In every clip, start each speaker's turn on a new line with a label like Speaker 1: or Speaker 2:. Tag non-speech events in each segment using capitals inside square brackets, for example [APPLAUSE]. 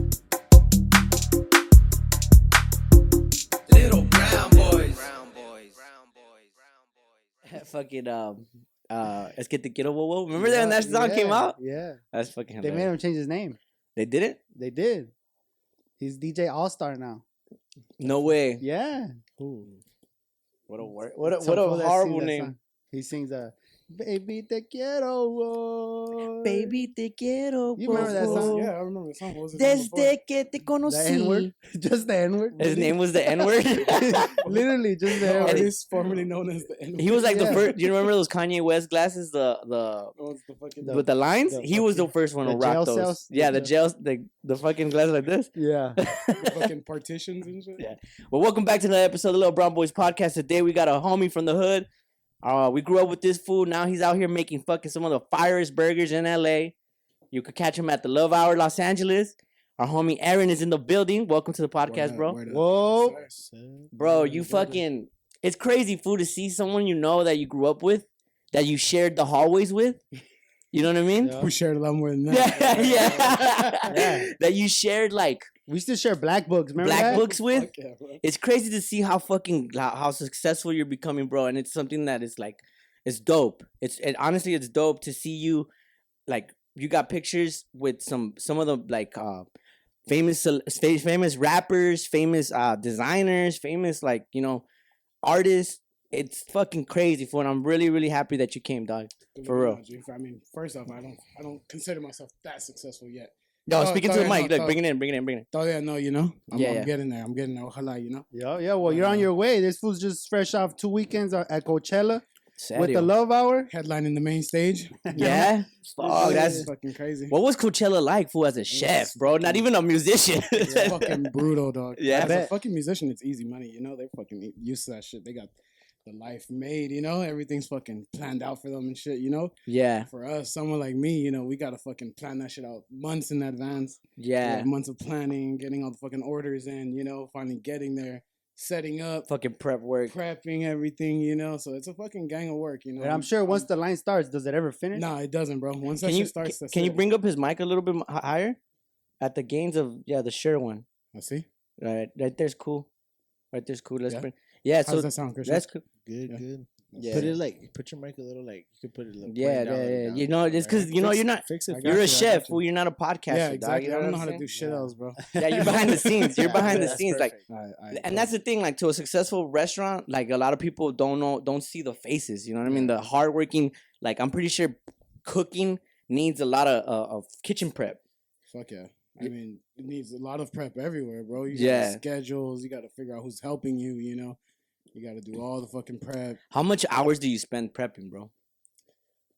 Speaker 1: [LAUGHS] fucking um uh let's get the kiddo whoa whoa. Remember that when that song came
Speaker 2: yeah,
Speaker 1: out?
Speaker 2: Yeah.
Speaker 1: That's fucking
Speaker 2: They
Speaker 1: hilarious.
Speaker 2: made him change his name.
Speaker 1: They did it?
Speaker 2: They did. He's DJ All Star now.
Speaker 1: No way.
Speaker 2: Yeah.
Speaker 1: What a wor- what a,
Speaker 2: Some
Speaker 1: what a
Speaker 2: fool that sings
Speaker 1: horrible
Speaker 2: that
Speaker 1: name.
Speaker 2: song. He sings uh, Baby Te Quiero. Boy.
Speaker 1: te quiero.
Speaker 2: You remember that
Speaker 1: por
Speaker 2: song?
Speaker 1: favor.
Speaker 3: Yeah, I remember the song. What was it?
Speaker 1: Desde que te
Speaker 2: The N
Speaker 1: conocí.
Speaker 2: word. [LAUGHS] Just the N word.
Speaker 1: His name was the N word.
Speaker 2: [LAUGHS] Literally, just the N
Speaker 1: And
Speaker 2: word.
Speaker 1: it-
Speaker 3: artist formerly known as the N.
Speaker 1: he was like the
Speaker 2: Yeah.
Speaker 1: first. Do you remember those Kanye West glasses? The the
Speaker 3: the fucking
Speaker 2: The-
Speaker 1: with the lines.
Speaker 2: the
Speaker 1: he was the first one to
Speaker 2: the
Speaker 1: rock
Speaker 2: jail
Speaker 1: those.
Speaker 2: cells?
Speaker 1: yeah, the
Speaker 2: Yeah.
Speaker 1: jail, the the fucking glasses like this.
Speaker 2: Yeah.
Speaker 3: the fucking partitions and shit.
Speaker 1: Yeah. Well, welcome back to another episode of the Little Brown Boys Podcast. Today we got a homie from the hood. Uh, we grew up with this fool. Now he's out here making fucking some of the firest burgers in LA. You could catch him at the Love Hour Los Angeles. Our homie Aaron is in the building. Welcome to the podcast,
Speaker 3: Word
Speaker 1: bro.
Speaker 3: up, word up.
Speaker 2: Whoa.
Speaker 3: Yes, sir.
Speaker 1: Bro,
Speaker 3: Word
Speaker 1: you
Speaker 3: up, word up.
Speaker 1: fucking it's crazy fool to see someone you know that you grew up with, that you shared the hallways with. You know what I mean?
Speaker 2: Yeah.
Speaker 3: We shared a lot more than that.
Speaker 1: Yeah, [LAUGHS] yeah.
Speaker 2: Yeah.
Speaker 1: [LAUGHS] That you shared like
Speaker 2: We used to share black books. Remember
Speaker 1: black
Speaker 2: that?
Speaker 1: books with.
Speaker 3: Fuck yeah, bro.
Speaker 1: it's crazy to see how fucking how, how successful you're becoming, bro. And it's something that is like, it's dope. It's it, honestly, it's dope to see you, like you got pictures with some some of the like uh famous cel- fa- famous rappers, famous uh designers, famous like you know artists. It's fucking crazy, for and I'm really really happy that you came, dog.
Speaker 3: Don't
Speaker 1: For
Speaker 3: get me
Speaker 1: real.
Speaker 3: wrong, G. I mean, first off, I don't, I don't consider myself that successful yet.
Speaker 1: No,
Speaker 3: Oh,
Speaker 1: speaking to
Speaker 3: sorry,
Speaker 1: the
Speaker 3: no,
Speaker 1: mic. Look,
Speaker 3: sorry.
Speaker 1: bring it in, bring it in, bring it in.
Speaker 3: Oh yeah, no, you know, I'm,
Speaker 1: Yeah,
Speaker 3: I'm
Speaker 1: yeah.
Speaker 3: getting there. I'm getting there. Ojalá, you know.
Speaker 2: Yeah, yeah. Well, you're on your way. This fool's just fresh off two weekends uh, at at Coachella with the
Speaker 1: Serio.
Speaker 2: Love Hour.
Speaker 3: Headline in the main
Speaker 1: [LAUGHS]
Speaker 3: stage.
Speaker 1: yeah.
Speaker 3: Oh,
Speaker 1: Fuck, that's
Speaker 3: fucking crazy.
Speaker 1: what was Coachella like? Who as a chef, bro? Not even a musician.
Speaker 3: It's fucking brutal, dog.
Speaker 1: Yeah.
Speaker 3: As a
Speaker 2: Bet.
Speaker 3: fucking musician, it's easy money. You know, they're fucking used to that shit. They got the life made. You know, everything's fucking planned out for them and shit. You know,
Speaker 1: yeah,
Speaker 3: for us, someone like me, you know, we gotta fucking plan that shit out months in advance. We got
Speaker 1: yeah.
Speaker 3: months of planning, getting all the fucking orders in. You know, finally getting there, setting up,
Speaker 1: Fucking prep work.
Speaker 3: prepping everything. You know, so it's a fucking gang of work. You know,
Speaker 2: And I'm sure once the line starts, does it ever finish?
Speaker 3: Mm. Nah, it doesn't, bro. Once that
Speaker 1: Can you
Speaker 3: shit
Speaker 1: can,
Speaker 3: starts, that's
Speaker 1: can you
Speaker 3: it.
Speaker 1: bring up his mic a little bit m- hi- higher? At the gains of yeah, the sure one.
Speaker 3: I Oh, see.
Speaker 1: Right, right there's cool. Right there's cool. Let's
Speaker 3: Yeah.
Speaker 1: bring. Yeah,
Speaker 3: How
Speaker 1: so
Speaker 3: does that sound, Christian?
Speaker 1: that's cool.
Speaker 4: Good,
Speaker 3: Yeah.
Speaker 4: good.
Speaker 1: Yeah.
Speaker 4: Put it like, put your mic a little like, you could put it. Like, point
Speaker 1: Yeah,
Speaker 4: it down,
Speaker 1: yeah,
Speaker 4: let it
Speaker 1: yeah.
Speaker 4: down.
Speaker 1: You know, it's 'cause, you know,
Speaker 4: Fix-
Speaker 1: you're not-
Speaker 4: Fix it.
Speaker 3: I
Speaker 4: fix
Speaker 1: You're
Speaker 3: got
Speaker 1: a
Speaker 3: you, I
Speaker 1: chef.
Speaker 3: got you.
Speaker 1: Well, you're not a podcaster.
Speaker 3: yeah,
Speaker 1: dog,
Speaker 3: exactly.
Speaker 1: you know
Speaker 3: I
Speaker 1: what
Speaker 3: don't know
Speaker 1: I'm
Speaker 3: how to
Speaker 1: saying?
Speaker 3: do shit
Speaker 4: Yeah.
Speaker 3: else, bro.
Speaker 1: Yeah, you're
Speaker 2: [LAUGHS]
Speaker 1: behind the scenes. You're
Speaker 4: Yeah,
Speaker 1: behind the
Speaker 4: that's
Speaker 1: scenes. Like,
Speaker 4: perfect.
Speaker 1: and that's the thing like to a successful restaurant like a lot of people don't know don't see the faces you know what i mean the hardworking like i'm pretty sure cooking needs a lot of, uh, of kitchen prep
Speaker 3: Fuck yeah. I
Speaker 1: Y-
Speaker 3: mean, it needs a lot of prep everywhere, bro. You yeah.
Speaker 1: Yeah.
Speaker 3: got schedules. You got to figure out who's helping you. You know, you got to
Speaker 1: Mm.
Speaker 3: do all the fucking prep.
Speaker 1: how much hours do you spend prepping bro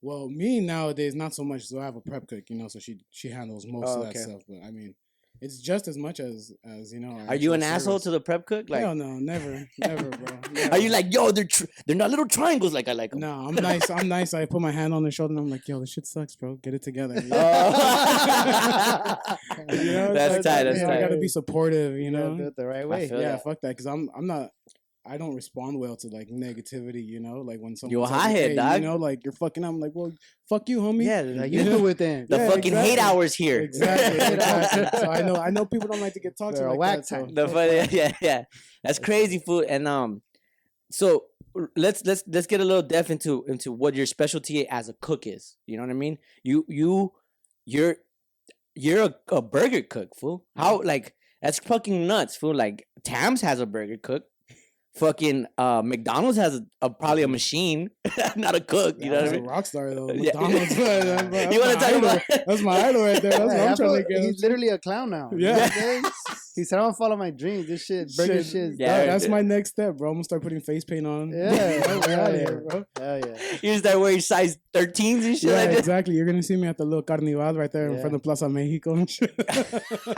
Speaker 3: Well, me nowadays not so much. So I have a prep cook, you know, so she she handles most
Speaker 1: Oh,
Speaker 3: of that
Speaker 1: okay.
Speaker 3: stuff. But I mean, it's just as much as as you know.
Speaker 1: are you an asshole to the prep cook like
Speaker 3: Hell no, never, never,
Speaker 1: [LAUGHS]
Speaker 3: bro.
Speaker 1: are you
Speaker 3: never.
Speaker 1: like yo they're tr- they're not little triangles like i like [LAUGHS] them
Speaker 3: No, I'm nice. I'm nice. I put my hand on their shoulder and I'm like, yo, this shit sucks, bro. Get it together. you
Speaker 1: [LAUGHS]
Speaker 3: know?
Speaker 1: Oh.
Speaker 3: You
Speaker 1: [LAUGHS]
Speaker 3: know, it's
Speaker 1: That's
Speaker 3: like,
Speaker 1: tight, that's
Speaker 3: yeah, I
Speaker 1: tight.
Speaker 3: gotta be supportive, you
Speaker 2: You know,
Speaker 3: know.
Speaker 2: do it the right way.
Speaker 1: feel-
Speaker 3: yeah,
Speaker 1: that.
Speaker 3: fuck that, because I'm I'm not I don't respond well to like negativity, you know, like when someone
Speaker 1: You a
Speaker 3: tells me,
Speaker 1: hothead, dog."
Speaker 3: you know, like you're fucking. I'm like, well, fuck you, homie.
Speaker 1: yeah
Speaker 2: Like,
Speaker 1: like, [LAUGHS]
Speaker 2: you
Speaker 3: [LAUGHS] Yeah.
Speaker 2: do it then.
Speaker 1: the
Speaker 3: yeah,
Speaker 1: fucking hate [LAUGHS]
Speaker 3: exactly.
Speaker 1: hours here [LAUGHS]
Speaker 3: exactly. exactly. so I know I know people don't like to get talked
Speaker 2: They're
Speaker 3: to
Speaker 2: a
Speaker 3: like
Speaker 2: whack
Speaker 3: that, so-
Speaker 2: time.
Speaker 1: the fun, [LAUGHS] yeah, yeah, yeah. That's crazy food. And um, so r- let's let's let's get a little depth into into what your specialty as a cook is. You know what I mean? You you you're you're a, a burger cook, fool. How like that's fucking nuts, fool. Like Tams has a burger cook. Fucking uh, McDonald's has a, a probably a machine, [LAUGHS] not a cook. You
Speaker 3: That
Speaker 1: know
Speaker 3: was
Speaker 1: what I
Speaker 3: a
Speaker 1: mean?
Speaker 3: rock star though.
Speaker 1: [LAUGHS] Yeah.
Speaker 3: McDonald's. but- but
Speaker 1: [LAUGHS] You want to
Speaker 3: that's my
Speaker 1: talk
Speaker 3: idol.
Speaker 1: about?
Speaker 3: That's my idol right there. That's what
Speaker 2: Yeah,
Speaker 3: I'm trying
Speaker 2: Apple-
Speaker 3: to get.
Speaker 2: He's literally a clown now.
Speaker 3: Yeah.
Speaker 2: he said, "I don't follow my dreams. This shit, burger shit, is
Speaker 1: Yeah,
Speaker 3: dog,
Speaker 2: done."
Speaker 3: that's my next step, bro. I'm gonna start putting face paint on.
Speaker 2: Yeah,
Speaker 3: Get
Speaker 2: hell
Speaker 3: outta
Speaker 2: yeah.
Speaker 3: here, bro.
Speaker 2: Hell yeah.
Speaker 1: You start wearing size 13s and shit
Speaker 3: Yeah,
Speaker 1: like that.
Speaker 3: exactly. You're gonna see me at the little carnival right there in
Speaker 2: Yeah.
Speaker 3: front of Plaza Mexico and shit.
Speaker 1: All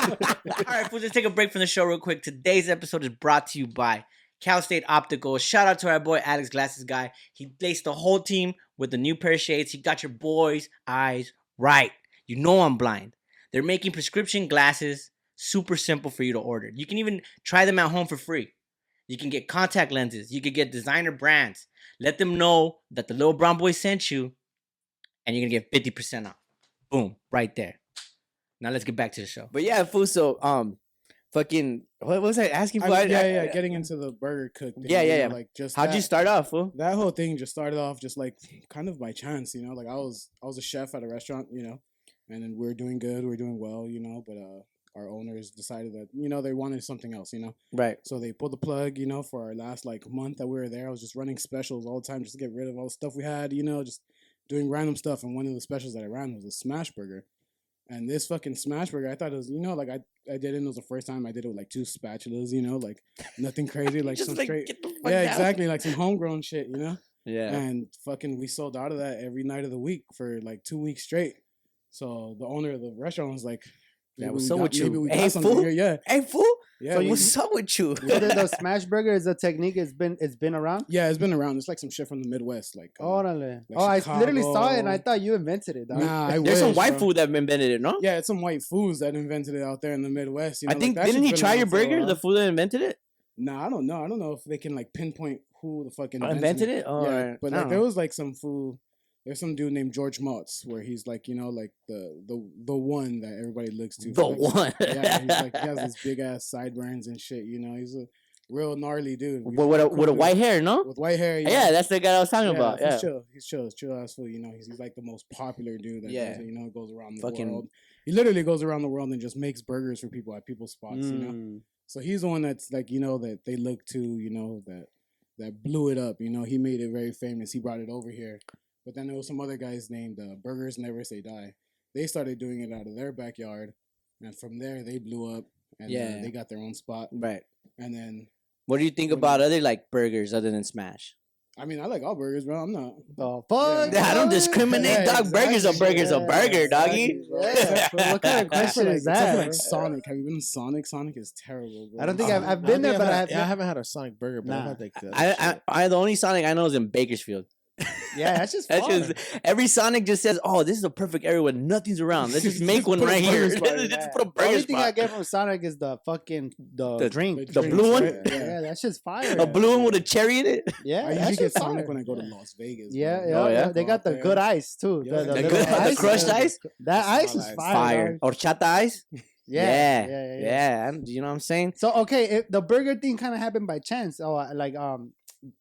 Speaker 1: right, fools, let's take a break from the show real quick. Today's episode is brought to you by Cal State Optical. Shout out to our boy Alex Glasses Guy. He laced the whole team with the new pair of shades. He got your boy's eyes right. You know I'm blind. They're making prescription glasses super simple for you to order. You can even try them at home for free. You can get contact lenses. You can get designer brands. Let them know that the little brown boy sent you, and you're gonna get 50% off. Boom, right there. Now let's get back to the show. But yeah, Fuso, um, fucking what was I [LAUGHS] asking
Speaker 3: I
Speaker 1: for?
Speaker 3: mean,
Speaker 1: I-
Speaker 3: yeah,
Speaker 1: I-
Speaker 3: yeah,
Speaker 1: I-
Speaker 3: getting into the burger cook. Thing,
Speaker 1: uh, Yeah, yeah,
Speaker 3: you know,
Speaker 1: yeah.
Speaker 3: Like just
Speaker 1: How'd you
Speaker 3: that-
Speaker 1: start off? Fool?
Speaker 3: That whole thing just started off just like kind of by chance, you know. Like I was, I was a chef at a restaurant, you know, and then we are doing good, we are doing well, you know. But uh, our owners decided that you know they wanted something else, you know.
Speaker 1: Right.
Speaker 3: So they pulled the plug, you know, for our last like month that we were there. I was just running specials all the time just to get rid of all the stuff we had, you know, just doing random stuff. And one of the specials that I ran was a smash burger. And this fucking smash burger, I thought it was, you know, like I, I did it, and it was the first time I did it with like two spatulas, you know, like nothing crazy,
Speaker 1: [LAUGHS]
Speaker 3: like
Speaker 1: Just
Speaker 3: some
Speaker 1: like
Speaker 3: straight.
Speaker 1: get the fuck
Speaker 3: Yeah,
Speaker 1: out.
Speaker 3: exactly, like some homegrown shit, you know?
Speaker 1: Yeah.
Speaker 3: And fucking, we sold out of that every night of the week for like two weeks straight. So the owner of the restaurant was like,
Speaker 1: Yeah,
Speaker 3: "Maybe
Speaker 1: what's
Speaker 3: we
Speaker 1: up
Speaker 3: got-
Speaker 1: with you?
Speaker 3: Maybe we
Speaker 1: Hey,
Speaker 3: got something
Speaker 1: fool."
Speaker 3: here. Yeah,
Speaker 1: Hey fool,
Speaker 3: yeah.
Speaker 2: So
Speaker 3: we-
Speaker 2: you-
Speaker 1: what's up with
Speaker 3: [LAUGHS]
Speaker 1: you?
Speaker 2: So
Speaker 1: [LAUGHS]
Speaker 2: the, the smash burger is a technique. It's been it's been around.
Speaker 3: Yeah, it's been around. It's like some shit from the Midwest. Like, uh,
Speaker 2: Orale.
Speaker 3: like
Speaker 2: oh, I literally saw it and I
Speaker 3: Chicago.
Speaker 2: thought you invented it. dog. [LAUGHS]
Speaker 3: nah, I
Speaker 1: There's some
Speaker 3: wish,
Speaker 1: white
Speaker 3: bro.
Speaker 1: food that invented it, no?
Speaker 3: Yeah, it's some white foods that invented it out there in the Midwest. You know,
Speaker 1: I think
Speaker 3: like, uh, that
Speaker 1: didn't he
Speaker 3: shit's been
Speaker 1: try your
Speaker 3: around for a
Speaker 1: burger?
Speaker 3: while.
Speaker 1: The food that invented it
Speaker 3: nah, I don't know. I don't know if they can like pinpoint who the fucking
Speaker 1: Oh, invented it. Oh,
Speaker 3: yeah,
Speaker 1: alright.
Speaker 3: but
Speaker 1: I
Speaker 3: like
Speaker 1: don't
Speaker 3: there
Speaker 1: know.
Speaker 3: was like some fool. There's some dude named George Motz where he's like you know like the the the one that everybody looks to.
Speaker 1: the
Speaker 3: for, like,
Speaker 1: one.
Speaker 3: yeah, he's like
Speaker 1: [LAUGHS]
Speaker 3: he has these big ass sideburns and shit. You know, he's a real gnarly dude. We
Speaker 1: with, with a
Speaker 3: fuck
Speaker 1: with a
Speaker 3: him.
Speaker 1: white hair, no?
Speaker 3: with white hair.
Speaker 1: Yeah.
Speaker 3: yeah.
Speaker 1: that's the guy I was talking
Speaker 3: Yeah,
Speaker 1: about. Yeah,
Speaker 3: He's chill. He's chill. He's chill ass fool. You know, he's, he's like the most popular dude that
Speaker 1: Yeah.
Speaker 3: does it, you know, goes around the
Speaker 1: Fucking-
Speaker 3: world. He literally goes around the world and just makes burgers for people at people's spots, you know.
Speaker 1: Mm.
Speaker 3: So he's the one that's like, you know, that they look to, you know, that that blew it up, you know. He made it very famous. He brought it over here. But then there was some other guys named uh, Burgers Never Say Die. They started doing it out of their backyard, and from there they blew up and uh,
Speaker 1: Yeah.
Speaker 3: they got their own spot.
Speaker 1: right.
Speaker 3: And then
Speaker 1: What do you think
Speaker 3: What do
Speaker 1: about other like burgers other than Smash?
Speaker 3: I mean, I like all burgers, bro. I'm not
Speaker 2: Oh fuck!
Speaker 1: Yeah, I don't
Speaker 2: dog.
Speaker 1: discriminate,
Speaker 3: Yeah,
Speaker 1: dog. Burgers are
Speaker 3: exactly.
Speaker 1: burgers are
Speaker 2: Yeah,
Speaker 1: burger, doggy.
Speaker 3: exactly, bro.
Speaker 2: Yeah, but
Speaker 1: [LAUGHS]
Speaker 2: what kind of
Speaker 3: Except for,
Speaker 2: question
Speaker 3: like,
Speaker 2: is
Speaker 3: except for,
Speaker 2: that?
Speaker 3: like
Speaker 2: bro?
Speaker 3: Sonic. Have you been to Sonic? Sonic is terrible. Bro.
Speaker 2: I don't think I've-
Speaker 4: I
Speaker 2: I've been
Speaker 4: think
Speaker 2: there, but
Speaker 4: had-
Speaker 2: I have
Speaker 4: yeah, I
Speaker 2: not-
Speaker 4: haven't had a Sonic burger, but
Speaker 2: Oh Nah.
Speaker 4: I've had like the other
Speaker 1: I,
Speaker 4: shit.
Speaker 1: I I the only Sonic I know is in Bakersfield.
Speaker 2: Yeah, that's
Speaker 1: [LAUGHS]
Speaker 2: just
Speaker 1: That's
Speaker 2: far.
Speaker 1: just every Sonic just says, "Oh, this is a perfect area where nothing's around. Let's
Speaker 3: [LAUGHS]
Speaker 1: just make one
Speaker 3: put a
Speaker 1: right here. [LAUGHS]
Speaker 3: burger spot in
Speaker 1: just
Speaker 3: there.
Speaker 1: put a
Speaker 2: The
Speaker 1: burger
Speaker 2: only thing I
Speaker 1: spot."
Speaker 2: get from Sonic is the fucking the,
Speaker 1: The-
Speaker 2: drink.
Speaker 1: the blue one?
Speaker 3: Yeah.
Speaker 2: Yeah, that's just fire.
Speaker 1: [LAUGHS] A blue one with a cherry in it.
Speaker 2: Yeah,
Speaker 3: I
Speaker 2: that's
Speaker 3: usually get
Speaker 2: just
Speaker 3: Sonic
Speaker 2: fire.
Speaker 3: when I go to Las Vegas.
Speaker 2: Yeah,
Speaker 3: bro.
Speaker 2: yeah,
Speaker 1: Oh, yeah?
Speaker 2: yeah, They got the
Speaker 3: Go out
Speaker 2: good
Speaker 3: there.
Speaker 2: ice too.
Speaker 3: Yeah.
Speaker 1: The,
Speaker 3: little
Speaker 1: good, the
Speaker 3: ice,
Speaker 1: crushed
Speaker 3: yeah.
Speaker 1: ice,
Speaker 2: That
Speaker 3: Small
Speaker 2: ice is [LAUGHS]
Speaker 3: ice.
Speaker 2: fire.
Speaker 1: fire,
Speaker 2: dog.
Speaker 1: horchata ice.
Speaker 2: Yeah,
Speaker 1: yeah,
Speaker 2: yeah, yeah. yeah.
Speaker 1: yeah. and You know what I'm saying?
Speaker 2: So okay, if the burger thing kind of happened by chance. Oh, I- like um,